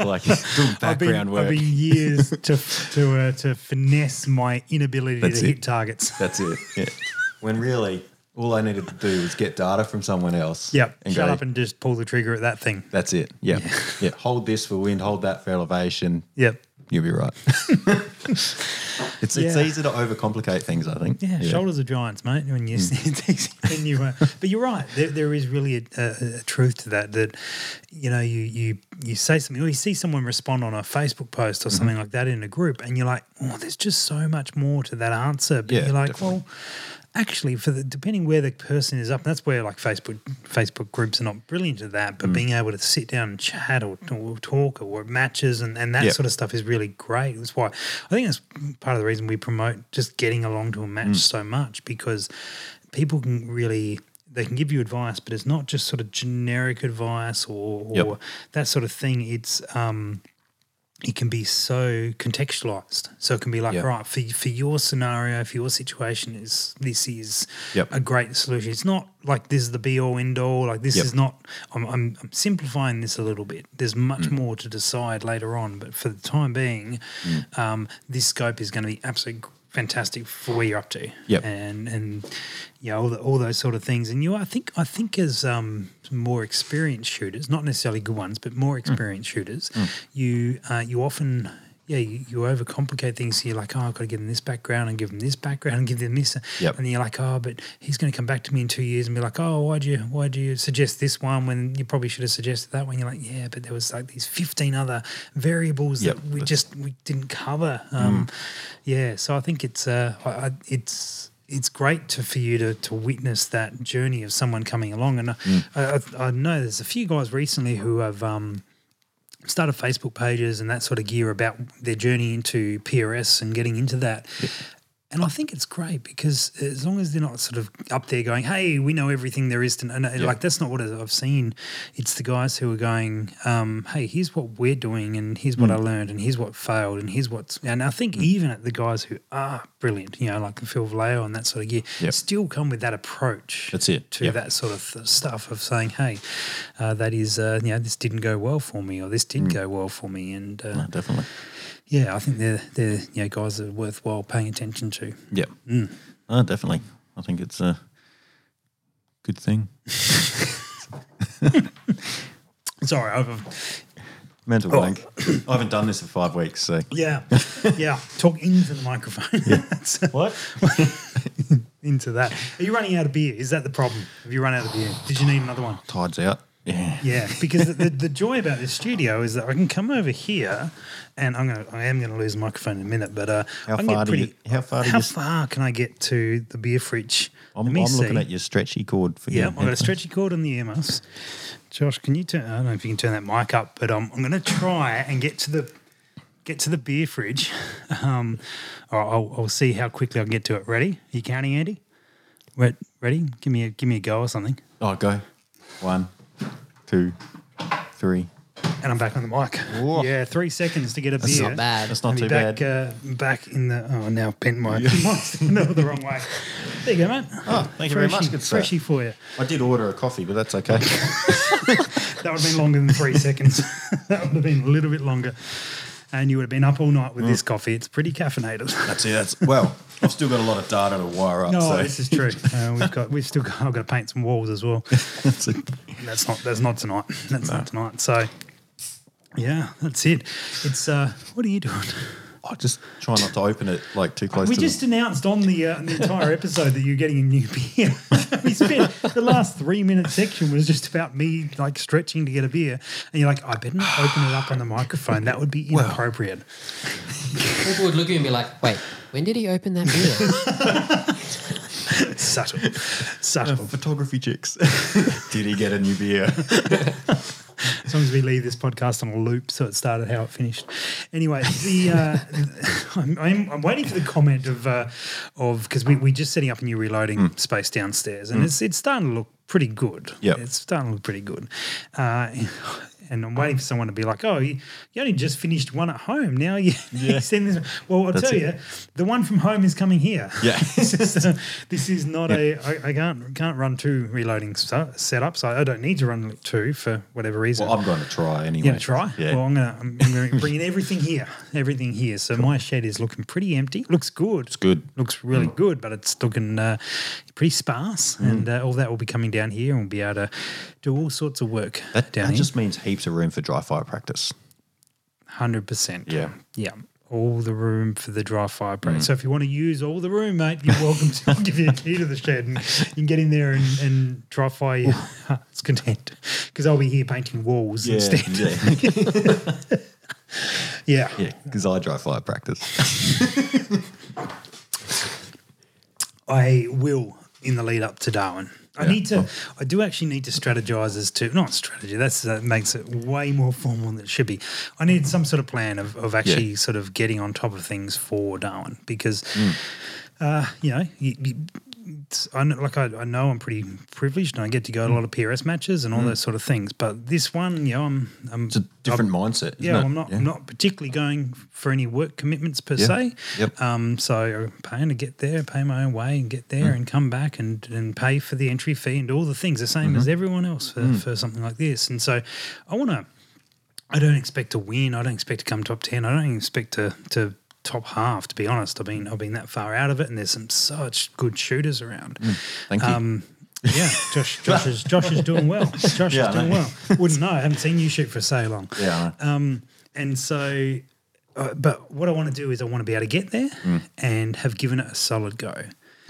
like doing I've been, background work. I've been years to to uh, to finesse my inability That's to it. hit targets. That's it. Yeah. When really all I needed to do was get data from someone else. Yep. And Shut go, up and just pull the trigger at that thing. that's it. Yeah. yeah. Hold this for wind, hold that for elevation. Yep. You'll be right. it's it's, it's Yeah. easy to overcomplicate things, I think. Yeah, shoulders are giants, mate. When Hmm. you, it's easy when you, uh, but you're right. There, there is really a, a, a truth to that. That you know, you you you say something, or you see someone respond on a Facebook post or Mm-hmm. something like that in a group, and you're like, oh, there's just so much more to that answer. But Yeah, you're like, definitely. well. Actually, for the depending where the person is up, and that's where like Facebook Facebook groups are not brilliant at that. Mm. But being able to sit down and chat or, or talk or matches and, and that Yeah. sort of stuff is really great. That's why I think that's part of the reason we promote just getting along to a match Mm. so much because people can really they can give you advice, but it's not just sort of generic advice or, or Yep. that sort of thing. It's um, it can be so contextualized. So it can be like, Yeah. right, for, for your scenario, for your situation, is this is Yep. a great solution. It's not like this is the be all end all. Like this Yep. is not. I'm, I'm, I'm simplifying this a little bit. There's much Mm. more to decide later on, but for the time being, Mm. um, this scope is going to be absolutely fantastic for where you're up to. Yep. And and yeah, all, the, all those sort of things. And you, I think, I think as um, more experienced shooters, not necessarily good ones, but more experienced shooters, you uh, you often yeah, you, you overcomplicate things. So you're like, oh, I've got to give them this background and give them this background and give them this. Yep. And you're like, oh, but he's going to come back to me in two years and be like, oh, why'd you, why'd you suggest this one when you probably should have suggested that one? You're like, yeah, but there was like these 15 other variables Yep. that we just, we didn't cover. Um, Yeah. So I think it's, uh, I, I, it's, it's great to, for you to, to witness that journey of someone coming along. And I I, I, I know there's a few guys recently who have, um, started Facebook pages and that sort of gear about their journey into PRS and getting into that. And I think it's great because as long as they're not sort of up there going, "Hey, we know everything there is to know," and, uh, like that's not what I've seen. It's the guys who are going, um, "Hey, here's what we're doing, and here's Mm. what I learned, and here's what failed, and here's what's." And I think even at the guys who are brilliant, you know, like the Phil Vallejo and that sort of gear, Yep. still come with that approach That's it. to Yep. that sort of th- stuff of saying, "Hey, uh, that is, uh, you know, this didn't go well for me, or this did go well for me," and uh, Definitely. yeah, I think they're they're you know guys that are worthwhile paying attention to. Yeah. Mm. Oh, definitely. I think it's a good thing. Sorry, I've Mental blank. I haven't done this for five weeks, so. yeah, yeah, talk into the microphone. What? into that. Are you running out of beer? Is that the problem? Have you run out of beer? Did you need another one? Tide's out. Yeah. Yeah, because the, the, the joy about this studio is that I can come over here, and I'm gonna I am gonna lose the microphone in a minute, but uh, How I can far get do you- pretty. how far do How you- far can I get to the beer fridge? I'm, Let I'm me see. looking at your stretchy cord for Yeah, your I've got a headphones. stretchy cord on the earmuffs. Josh, can you turn? I don't know if you can turn that mic up, but um, I'm going to try and get to the get to the beer fridge. Um, or I'll, I'll see how quickly I can get to it. Ready? you counting, Andy? Re- Ready? Give me a give me a go or something, Oh, go. One, two, three. and I'm back on the mic. Whoa. Yeah, three seconds to get a It's beer. not bad. That's not I'll too be back, bad. Uh, back in the oh now I've bent my no the wrong way. There you go, mate. Oh, thank you very much. Good sir. Freshy for you. I did order a coffee, but that's okay. That would have been longer than three seconds. that would have been a little bit longer. And you would have been up all night with this Mm. coffee. It's pretty caffeinated. that's it. That's, well, I've still got a lot of data to wire up. No, so this is true. Uh, we've got, we've still got. I've got to paint some walls as well. that's it. That's not. That's not tonight. That's not tonight. So, yeah, that's it. It's. Uh, what are you doing? I just try not to open it like too close We to just the, announced on the, uh, on the entire episode that you're getting a new beer. we spent the last three minute section was just about me like stretching to get a beer, and you're like, I better not open it up on the microphone. That would be inappropriate. People would look at me and be like, wait, when did he open that beer? subtle, subtle. photography chicks. did he get a new beer? As long as we leave this podcast on a loop, so it started how it finished. Anyway, the uh, I'm, I'm, I'm waiting for the comment of uh, of because we we just setting up a new reloading space downstairs, and it's it's starting to look pretty good. Mm. Yep. it's starting to look pretty good. Uh, and I'm waiting for someone to be like, "Oh, you, you only just finished one at home. Now you, you send this." Well, I'll That's tell it. you, the one from home is coming here. Yeah. this, is, uh, this is not a. I, I can't can't run two reloading stu- setups. I, I don't need to run two for whatever reason. Well, I'm going to try anyway. you gonna try? Yeah. Well, I'm gonna I'm gonna bring in everything here, everything here. So my shed is looking pretty empty. Looks good. It's good. Mm. Looks really good, but it's looking uh, pretty sparse, and uh, all that will be coming down here, and we'll be able to do all sorts of work that, down that here. just means heaps of room for dry fire practice. Hundred percent. Yeah. Mm. Yeah. all the room for the dry fire break. So if you want to use all the room, mate, you're welcome to I'll give you a key to the shed and you can get in there and, and dry fire your heart's content. Because I'll be here painting walls instead. yeah, Yeah. yeah. Because I dry fire practice. I will in the lead up to Darwin. I need to. I do actually need to strategize as to not strategy. That's that makes it way more formal than it should be. I need some sort of plan of, of actually sort of getting on top of things for Darwin because, uh, you know, you, you, it's, I know, like I, I know I'm pretty privileged and I get to go to a lot of PRS matches and all those sort of things. But this one, you know, I'm I'm It's a different mindset. Um, isn't yeah, it? I'm not I'm not particularly going for any work commitments per Yeah. se. Yep. Um, so I'm paying to get there, pay my own way, and get Mm. there, and come back, and and pay for the entry fee and all the things, the same Mm-hmm. as everyone else for, Mm. for something like this. And so, I want to. I don't expect to win. I don't expect to come top ten. I don't even expect to to top half. To be honest, I've been I've been that far out of it, and there's some such good shooters around. Thank you. um, Yeah, Josh. Josh is Josh is doing well. Josh Yeah, I is doing know. well. Wouldn't know. I haven't seen you shoot for so long. yeah. I know. Um, and so, uh, but what I want to do is I want to be able to get there and have given it a solid go.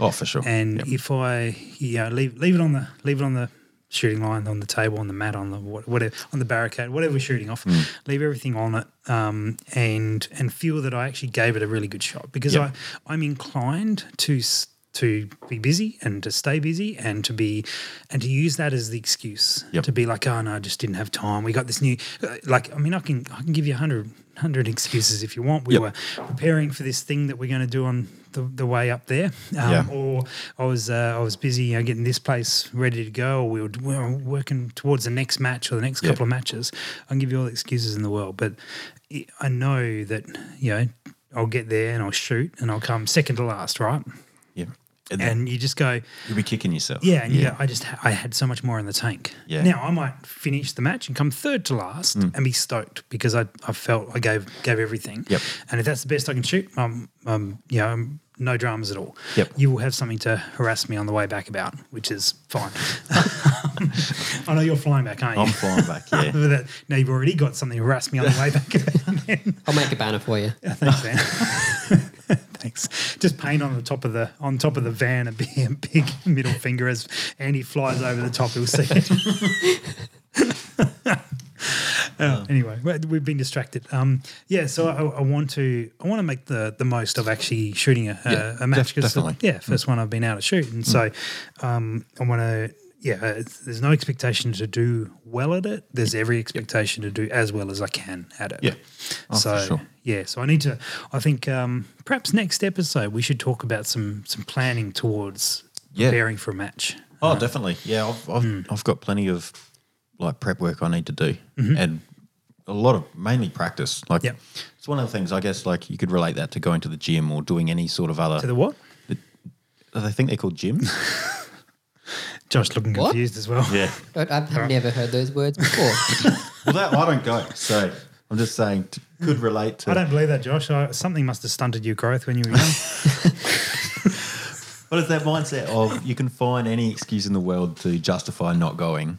oh, for sure. And Yep. if I, you know, leave leave it on the leave it on the shooting line, on the table, on the mat, on the what- whatever, on the barricade, whatever we're shooting off, Mm. leave everything on it, um, and and feel that I actually gave it a really good shot because Yep. I I'm inclined to. s- to be busy and to stay busy and to be and to use that as the excuse Yep. to be like oh no I just didn't have time we got this new uh, like I mean I can I can give you a hundred hundred excuses if you want we Yep. were preparing for this thing that we're going to do on the, the way up there um, Yeah. or I was uh, I was busy you know, getting this place ready to go, or we were, we were working towards the next match or the next Yeah. couple of matches. I can give you all the excuses in the world, but I- I know that you know I'll get there and I'll shoot and I'll come second to last, right? yeah. And, then And you just go, you'll be kicking yourself. yeah, and you go, I just ha- I had so much more in the tank. Yeah. Mm. Now I might finish the match and come third to last and be stoked because I, I felt I gave gave everything. Yep. And if that's the best I can shoot, um, um, you know, um, no dramas at all. Yep. You will have something to harass me on the way back about, which is fine. I know you're flying back, aren't you? I'm flying back. Oh, Yeah. But that, now you've already got something to harass me on the way back about. then. I'll make a banner for you. Thanks, man. Thanks. Just paint on the top of the on top of the van a big, a big middle finger as Andy flies over the top. He'll see it. Um. Uh, anyway, we- we've been distracted. Um, yeah, so I, I want to I want to make the the most of actually shooting a, a, Yeah, a match def- definitely. Mm. yeah, first one I've been out to shoot, and so um, I want to. Yeah, it's- there's no expectation to do well at it. There's every expectation to do as well as I can at it. Yeah. Oh, for so sure. yeah, so I need to. I think um, perhaps next episode we should talk about some some planning towards Yeah. preparing for a match. Oh, definitely. Yeah, I've I've, Hmm. I've got plenty of like prep work I need to do, Mm-hmm. and a lot of mainly practice. Like, Yep. it's one of the things I guess. Like, you could relate that to going to the gym or doing any sort of other. To the what? I think they're called gyms. Josh looking What? confused as well. yeah. But I've never heard those words before. Well, that I don't go, so I'm just saying t- could relate to. I don't believe that, Josh. I, something must have stunted your growth when you were young. What is that mindset of you can find any excuse in the world to justify not going?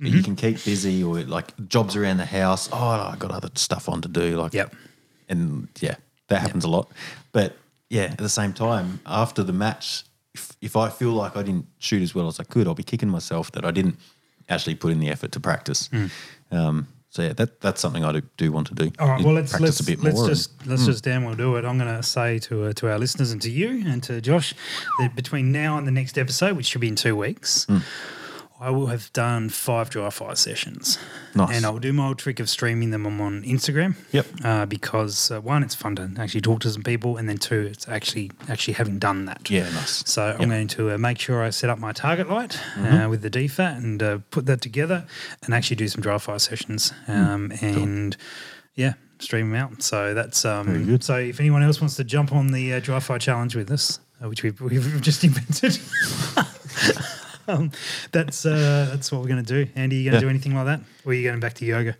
Mm-hmm. You can keep busy or like jobs around the house. Oh, I got other stuff on to do. Like, Yep. And yeah, that happens a lot. But yeah, at the same time, after the match, if, if I feel like I didn't shoot as well as I could, I'll be kicking myself that I didn't actually put in the effort to practice. Hmm. Um, so yeah, that that's something I do, do want to do. All right. You Well, let's let's practice a bit let's more. and- hmm. just let's just damn well do it. I'm going to say to uh, to our listeners and to you and to Josh that between now and the next episode, which should be in two weeks, Hmm. I will have done five dry fire sessions. Nice. And I'll do my old trick of streaming them on- on Instagram. Yep. Uh, because uh, one, it's fun to actually talk to some people, and then two, it's actually actually having done that. Yeah, nice. So I'm going to uh, make sure I set up my target light uh, with the DFAT and uh, put that together and actually do some dry fire sessions um, and yeah, stream them out. So that's um, So if anyone else wants to jump on the uh, dry fire challenge with us, uh, which we've, we've just invented. Um, that's uh, that's what we're going to do. Andy, you going to do anything like that, or are you going back to yoga?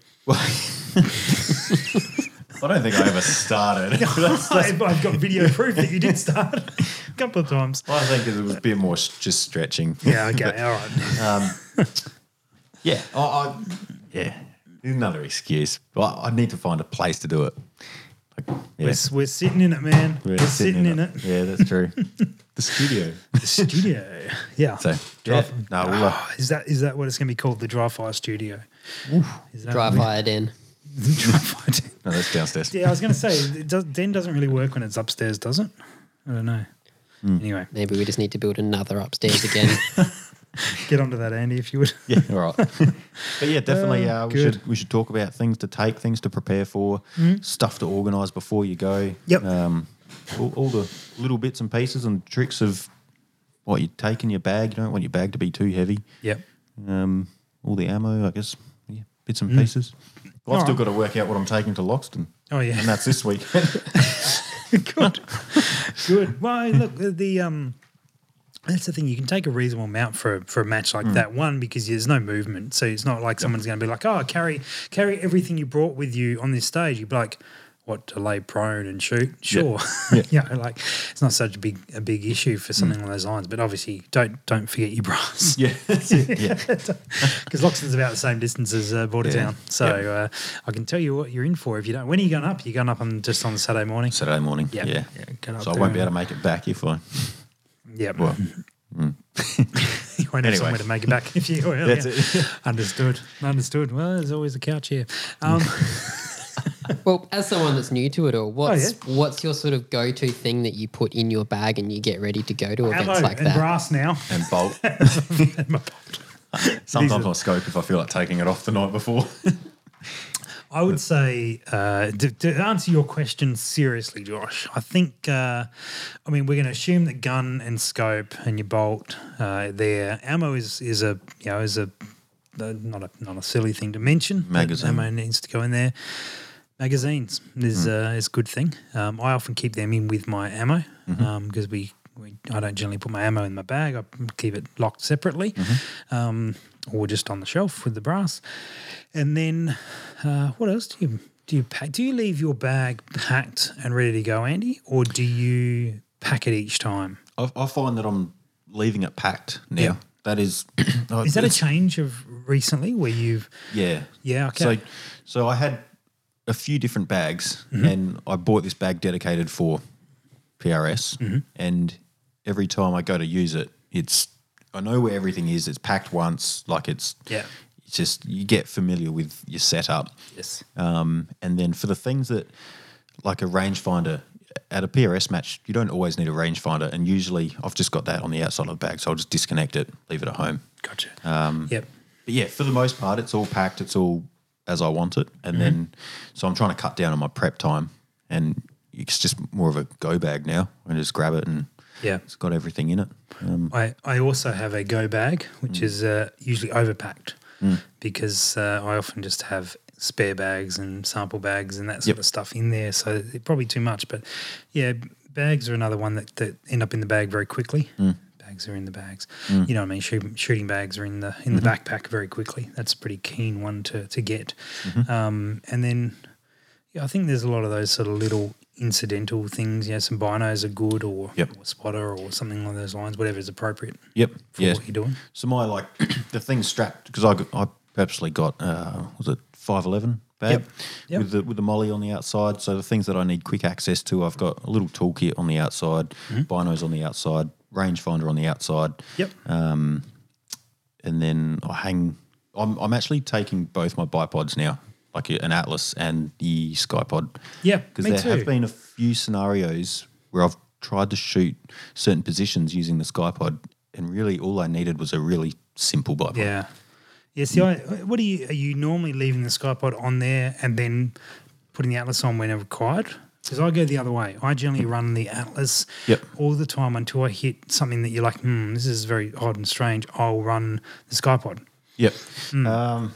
I don't think I ever started. That's- I've, I've got video proof that you did start a couple of times. I think it was a bit more s- just stretching. Yeah. Okay. All right. Yeah. I, I, yeah. Another excuse. Well, I need to find a place to do it. I We're, Yeah. s- we're sitting in it, man. We're, sitting, in, it. Yeah, that's true. the studio. Studio. Yeah. So, yeah. no, we'll, uh, Is that is that what it's going to be called? The Dry Fire Studio. Is that Dry fire den. Dry Fire. Den. no, that's downstairs. yeah, I was going to say it does, den doesn't really work when it's upstairs, does it? I don't know. Anyway, Maybe we just need to build another upstairs again. get onto that, Andy, if you would. Yeah, all right. but yeah, definitely. Uh, Uh, we good. Hmm? should we should talk about things to take, things to prepare for, stuff to organise before you go. Yep. Um, all, all the little bits and pieces and tricks of what you take in your bag. You don't want your bag to be too heavy. Yep. Um, all the ammo, I guess. Yeah, bits and pieces. Well, I've Mm. All still right. got to work out what I'm taking to Loxton. Oh, yeah. and that's this week. good, good. Well, look, the- the um, that's the thing. You can take a reasonable amount for a, for a match like that one because there's no movement, so it's not like someone's going to be like, "Oh, carry carry everything you brought with you on this stage." You'd be like, "What to lay prone and shoot?" Sure, yeah. Hmm. like it's not such a big a big issue for something along those lines. But obviously, don't don't forget your brass. yeah, yeah. Because Loxton's about the same distance as uh, Bordertown, so uh, I can tell you what you're in for if you don't. When are you going up? You're going up on just on Saturday morning. Saturday morning. Yeah. Yeah. Yeah, get up so I there won't be and- able to make it back if I. Yep. Well, you won't have Anyway. somewhere to make it back if you were That's it. Understood. Understood. Well, there's always a couch here. Um, well, as someone that's new to it all, what's Oh, yeah. what's your sort of go to thing that you put in your bag and you get ready to go to ammo events like and that? brass now. and bolt. Sometimes I'll scope if I feel like taking it off the night before. I would say uh, to, to answer your question seriously, Josh. I think uh, I mean we're going to assume that gun and scope and your bolt uh, there ammo is is a you know is a uh, not a not a silly thing to mention. but Magazine. ammo needs to go in there. Magazines is uh, is a good thing. Um, I often keep them in with my ammo because we. We, I don't generally put my ammo in my bag. I keep it locked separately, um, or just on the shelf with the brass. And then, uh, what else do you do? You pack? Do you leave your bag packed and ready to go, Andy, or do you pack it each time? I, I find that I'm leaving it packed now. Yeah. That is, Is that a it's- change of recently where you've? Yeah. Yeah, okay. So, so I had a few different bags, Mm-hmm. and I bought this bag dedicated for PRS. Mm-hmm. And every time I go to use it, it's I know where everything is. It's packed once, like it's Yeah. It's just you get familiar with your setup. Yes. Um, and then for the things that, like a rangefinder, at a PRS match, you don't always need a rangefinder. And usually I've just got that on the outside of the bag. So I'll just disconnect it, leave it at home. Gotcha. Um, yep. But yeah, for the most part, it's all packed, it's all as I want it. And then, Mm-hmm. so I'm trying to cut down on my prep time. And it's just more of a go bag now. I can just grab it and Yeah. it's got everything in it. Um, Mm. I, I also have a go bag, which is uh, usually overpacked because uh, I often just have spare bags and sample bags and that sort Yep. of stuff in there. So it- probably too much. But yeah, bags are another one that, that end up in the bag very quickly. Mm. Bags are in the bags. You know what I mean? Shooting, shooting bags are in the in Mm-hmm. the backpack very quickly. That's a pretty keen one to, to get. Mm-hmm. Um, and then yeah, I think there's a lot of those sort of little incidental things. Yeah, some binos are good, or, Yep. or spotter, or something along those lines. Whatever is appropriate yep. for what you're doing. So my like the thing strapped because I, I purposely got uh, was it five eleven bag Yep. Yep. with the with the molly on the outside. So the things that I need quick access to, I've got a little toolkit on the outside, Mm-hmm. binos on the outside, rangefinder on the outside, Yep. Uh, and then I hang. I'm I'm actually taking both my bipods now, like an Atlas and the Skypod. Yeah, because me there too. have been a few scenarios where I've tried to shoot certain positions using the Skypod, and really all I needed was a really simple bipod. yeah. Yeah. See, I, what are you? Are you normally leaving the skypod on there and then putting the atlas on whenever required? Because I go the other way. I generally run the atlas Yep. all the time until I hit something that you're like, hmm, this is very odd and strange. I'll run the skypod. Yep. Hmm. Um,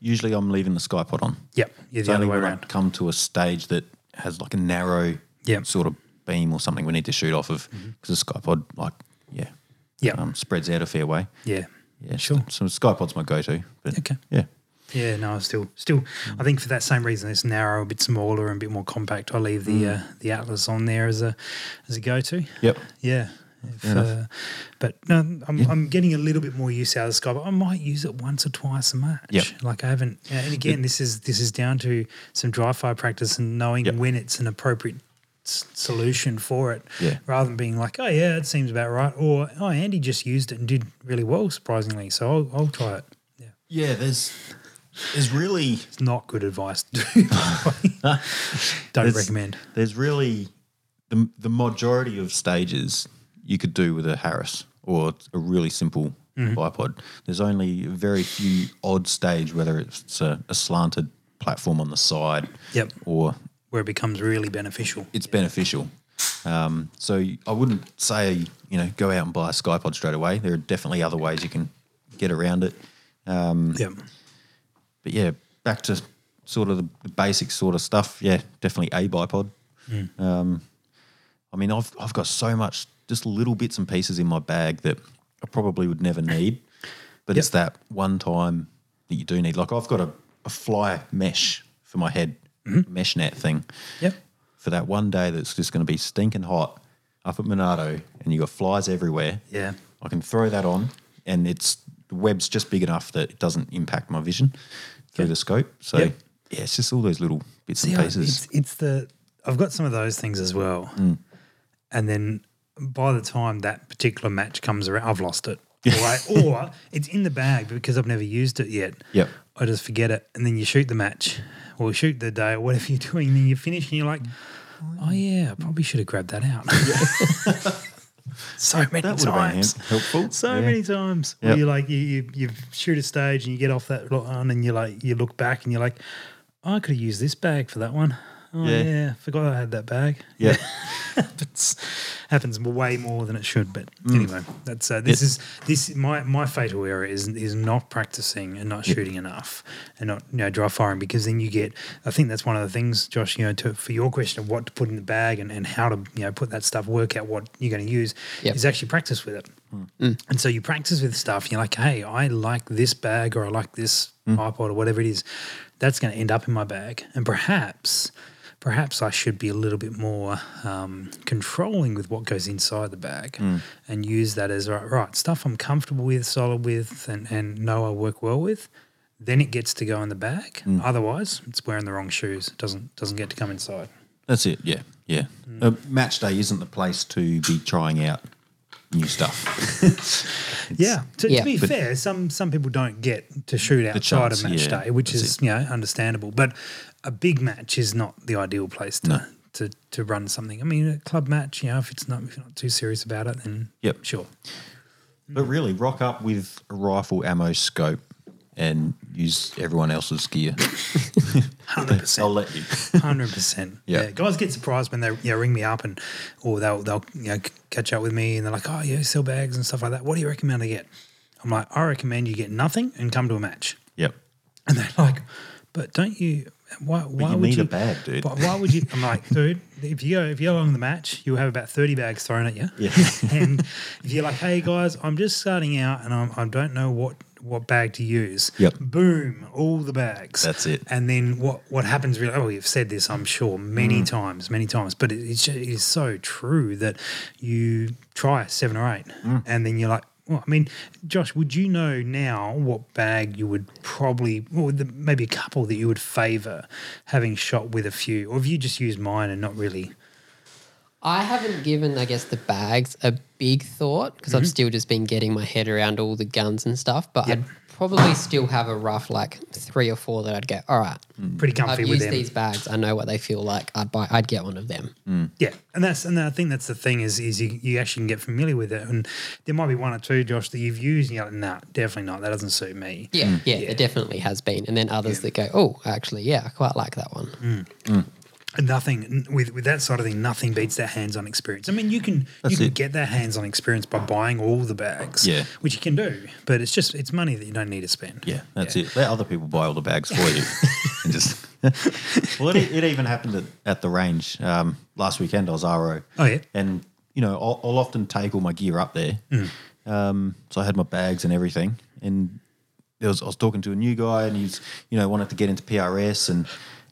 usually I'm leaving the skypod on. Yep. Yeah, It's the only other way when around. I come to a stage that has like a narrow Yep. sort of beam or something we need to shoot off of Mm-hmm. because the skypod like yeah Yep. um, spreads out a fair way. yeah. Yeah, Sure. So, so skypod's my go-to. But Okay. Yeah. Yeah, no, still, still, I think for that same reason, it's narrow, a bit smaller, and a bit more compact. I leave the uh, the Atlas on there as a as a go to. Yep. Yeah, If, uh, but no, I'm, I'm getting a little bit more use out of the sky, but I might use it once or twice a match. Yep. Like I haven't. And again, this is this is down to some dry fire practice and knowing Yep. when it's an appropriate s- solution for it, Yeah. rather than being like, oh yeah, it seems about right, or oh Andy just used it and did really well surprisingly, so I'll, I'll try it. Yeah. Yeah, there's there's really It's not good advice. Don't There's- recommend. There's really the the majority of stages you could do with a Harris or a really simple Mm-hmm. bipod. There's only very few odd stage, whether it's a, a slanted platform on the side, Yep. or Where it becomes really beneficial. it's beneficial. Um, so I wouldn't say you know go out and buy a Skypod straight away. There are definitely other ways you can get around it. Mm. Yep. but yeah, back to sort of the, the basic sort of stuff. Yeah, definitely a bipod. Um, I mean, I've I've got so much just little bits and pieces in my bag that I probably would never need, but it's that one time that you do need. Like I've got a, a fly mesh for my head, mesh net thing. Yep. For that one day that's just going to be stinking hot up at Monado, and you got flies everywhere. Yeah. I can throw that on, and it's the web's just big enough that it doesn't impact my vision through the scope. So Yep. yeah, it's just all those little bits See, and I- pieces. It's, it's the I've got some of those things as well, Mm. and then by the time that particular match comes around, I've lost it, or, I- or it's in the bag but because I've never used it yet. Yep. I just forget it, and then you shoot the match or shoot the day or whatever you're doing. Then you finish and you're like, oh yeah, I probably should have grabbed that out. so many That would have been times. helpful. So Yeah. many times Yep. where you like you, you you shoot a stage and you get off that line and you like you look back and you're like, I could have used this bag for that one. Oh yeah, Yeah. forgot I had that bag. Yeah. happens happens way more than it should. But Mm. anyway, that's uh, this is this my my fatal error is is not practicing and not shooting enough and not you know dry firing because then you get I think that's one of the things Josh you know to, for your question of what to put in the bag and, and how to you know put that stuff work out what you're going to use Yep. is actually practice with it. And so you practice with stuff. And you're like, hey, I like this bag or I like this iPod or whatever it is. That's going to end up in my bag, and perhaps perhaps I should be a little bit more um, controlling with what goes inside the bag and use that as right, right stuff I'm comfortable with, solid with, and, and know I work well with. Then it gets to go in the bag. Otherwise, it's wearing the wrong shoes. It doesn't doesn't get to come inside. That's it. Yeah. Yeah. Mm. Uh, match day isn't the place to be trying out new stuff. yeah. To, to Yeah. be fair, some some people don't get to shoot outside chance, of match yeah, day, which that's is you know understandable. But a big match is not the ideal place to. To, to run something. I mean, a club match, you know, if it's not if you're not too serious about it, then Yep. sure. but really, rock up with a rifle ammo scope and use everyone else's gear. 100%. They'll let you. hundred percent. Yeah. Yeah, guys get surprised when they you know, ring me up and or they'll they'll you know, c- catch up with me and they're like, oh, you sell bags and stuff like that. What do you recommend I get? I'm like, I recommend you get nothing and come to a match. Yep. And they're like, but don't you? Why? Why you would need you a bag, dude. Why, why would you? I'm like, dude, if you go if you're along the match, you'll have about thirty bags thrown at you. Yeah. and if you're like, hey guys, I'm just starting out and I'm, I don't know what what bag to use. Yep. Boom, all the bags. That's it. And then what what happens? Really, oh, you've said this, I'm sure, Mm. many times, many times. But it, it's ju- it is so true that you try seven or eight, Mm. and then you're like. Well, I mean, Josh, would you know now what bag you would probably, or the, maybe a couple that you would favour having shot with a few, or have you just used mine and not really? I haven't given, I guess, the bags a big thought because Mm-hmm. I've still just been getting my head around all the guns and stuff. But I'd probably still have a rough like three or four that I'd go, all right, Pretty comfy I've with used them. these bags. I know what they feel like. I'd buy. I'd get one of them. Yeah, and that's and I think that's the thing is is you, you actually can get familiar with it, and there might be one or two, Josh, that you've used, and you're like, nah, definitely not. That doesn't suit me. Yeah, yeah, it definitely has been. And then others that go, oh, actually, yeah, I quite like that one. And nothing n- with with that sort of thing. Nothing beats that hands-on experience. I mean, you can you can it. get that hands-on experience by buying all the bags, Yeah. which you can do. But it's just it's money that you don't need to spend. Yeah, that's it. Let other people buy all the bags for you. and just well, it, it even happened at, at the range um, last weekend. I was RO. Oh, yeah. and you know I'll, I'll often take all my gear up there. Mm. Um, so I had my bags and everything, and there was I was talking to a new guy, and he's you know wanted to get into PRS, and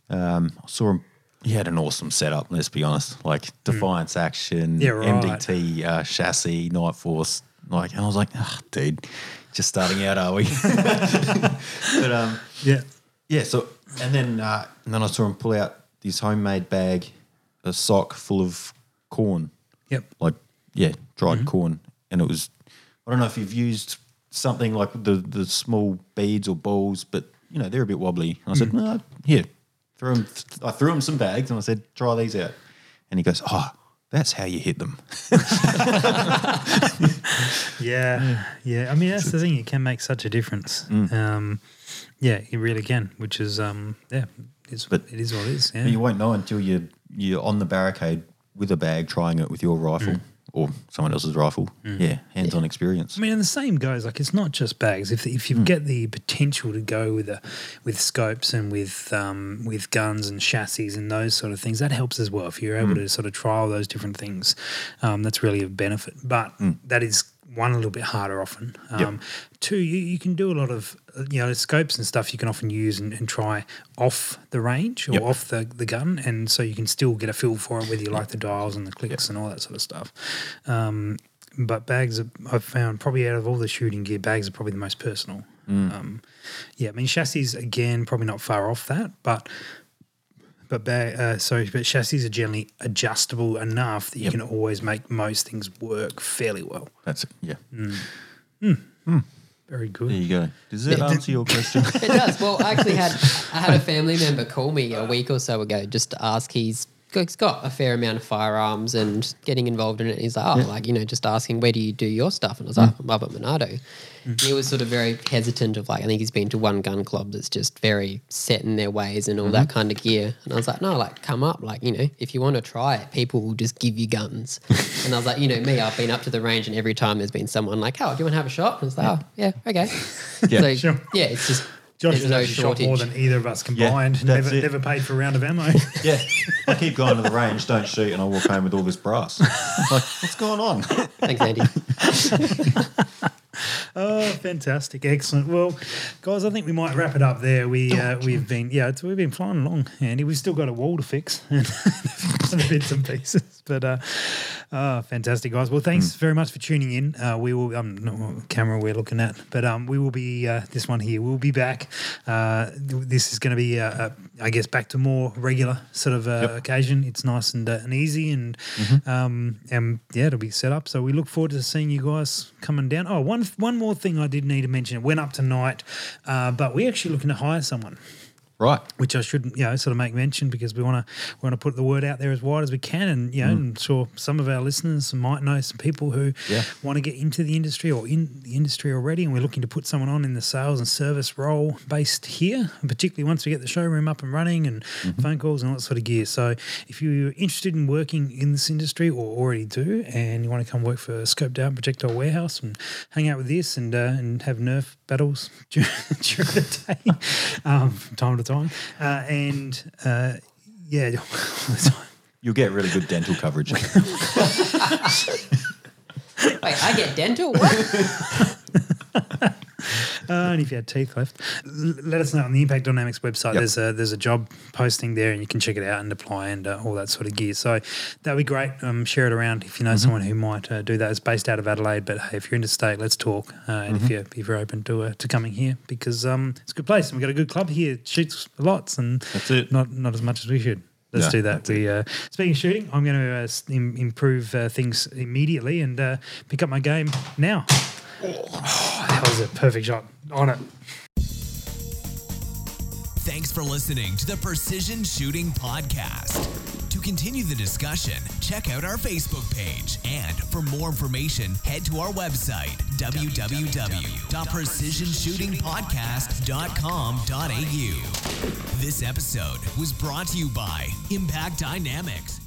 um, I saw him he had an awesome setup. Let's be honest, like Defiance Action, Mm. Yeah, right. MDT uh, chassis, Night Force, like, and I was like, ah, dude, just starting out, are we? but um, Yeah. yeah, so and then uh, and then I saw him pull out his homemade bag, a sock full of corn, Yep. like yeah, dried corn, and it was. I don't know if you've used something like the the small beads or balls, but you know they're a bit wobbly. And I said, "Well, here, threw him. I threw him some bags, and I said, try these out. And he goes, oh, that's how you hit them. Yeah, yeah. I mean, that's the thing. It can make such a difference. Mm. Um, yeah, it really can. Which is, um, yeah, it's But- it is what it is. Yeah. You won't know until you you're on the barricade with a bag, trying it with your rifle or someone else's rifle. Yeah, hands-on experience. I mean, and the same goes. Like, it's not just bags. If if you get the potential to go with a, with scopes and with um, with guns and chassis and those sort of things, that helps as well. If you're able to sort of trial those different things, um, that's really a benefit. But that is one a little bit harder often. Um, Two, you, you can do a lot of uh, you know scopes and stuff. You can often use and, and try off the range or Yep. off the, the gun, and so you can still get a feel for it whether you like the dials and the clicks and all that sort of stuff. Um, but bags are, I've found probably out of all the shooting gear, bags are probably the most personal. Mm. Um, yeah, I mean chassis again probably not far off that, but but ba- uh, sorry, but chassis are generally adjustable enough that you can always make most things work fairly well. That's it. Yeah. Very good. There you go. Does that answer your question? It does. Well, I actually had I had a family member call me a week or so ago just to ask. He's he's got a fair amount of firearms and getting involved in it. He's like, oh, like you know, just asking where do you do your stuff? And I was like, I'm up at Monado. And He was sort of very hesitant of like I think he's been to one gun club that's just very set in their ways and all that kind of gear. And I was like, no, like come up, like you know, if you want to try it, people will just give you guns. and I was like, you know, me, I've been up to the range and every time there's been someone like, oh, do you want to have a shot? And I was like, oh, yeah, okay. Yeah. So, Sure. yeah, it's just Josh there's has no actually shot more shortage. than either of us combined. that's never, it. never paid for a round of ammo. Yeah. I keep going to the range, don't shoot, and I walk home with all this brass. like, what's going on? Thanks, Andy. oh, fantastic, excellent. Well, guys, I think we might wrap it up there. We uh, we've been yeah, it's, we've been flying along, Andy. We've still got a wall to fix and bits and pieces, but uh, oh, fantastic, guys. Well, thanks very much for tuning in. Uh, we will. I'm not what camera we're looking at, but um, we will be uh, this one here. We'll be back. Uh, th- this is going to be, uh, uh, I guess, back to more regular sort of uh, occasion. It's nice and, uh, and easy, and um, and yeah, it'll be set up. So we look forward to seeing you guys coming down. Oh, one one more thing I did need to mention. It went up tonight, uh, but we're actually looking to hire someone Right. which I shouldn't, you know, sort of make mention because we want to we want to put the word out there as wide as we can, and you know, I'm sure some of our listeners might know some people who Yeah. want to get into the industry or in the industry already, and we're looking to put someone on in the sales and service role based here, and particularly once we get the showroom up and running and phone calls and all that sort of gear. So, if you're interested in working in this industry or already do, and you want to come work for Scoped Out Projectile Warehouse and hang out with this and uh, and have Nerf battles during, during the day, um, from time to time, uh, and uh, yeah, all the time. You'll get really good dental coverage. Wait, I get dental? What? Uh, and if you had teeth left, L- let us know on the Impact Dynamics website. There's a there's a job posting there, and you can check it out and apply and uh, all that sort of gear. So that'd be great. Um, share it around if you Mm-hmm. know someone who might uh, do that. It's based out of Adelaide, but hey, if you're interstate, let's talk. Uh, and Mm-hmm. if you're if you're open to uh, to coming here, because um, it's a good place and we've got a good club here. Shoots lots, and That's it. Not not as much as we should. Let's Yeah, do that. We uh, speaking of shooting, I'm going to uh, s- im- improve uh, things immediately and uh, pick up my game now. That was a perfect shot on it. Thanks for listening to the Precision Shooting Podcast. To continue the discussion, check out our Facebook page. And for more information, head to our website, www.precisionshootingpodcast.com.au. This episode was brought to you by Impact Dynamics.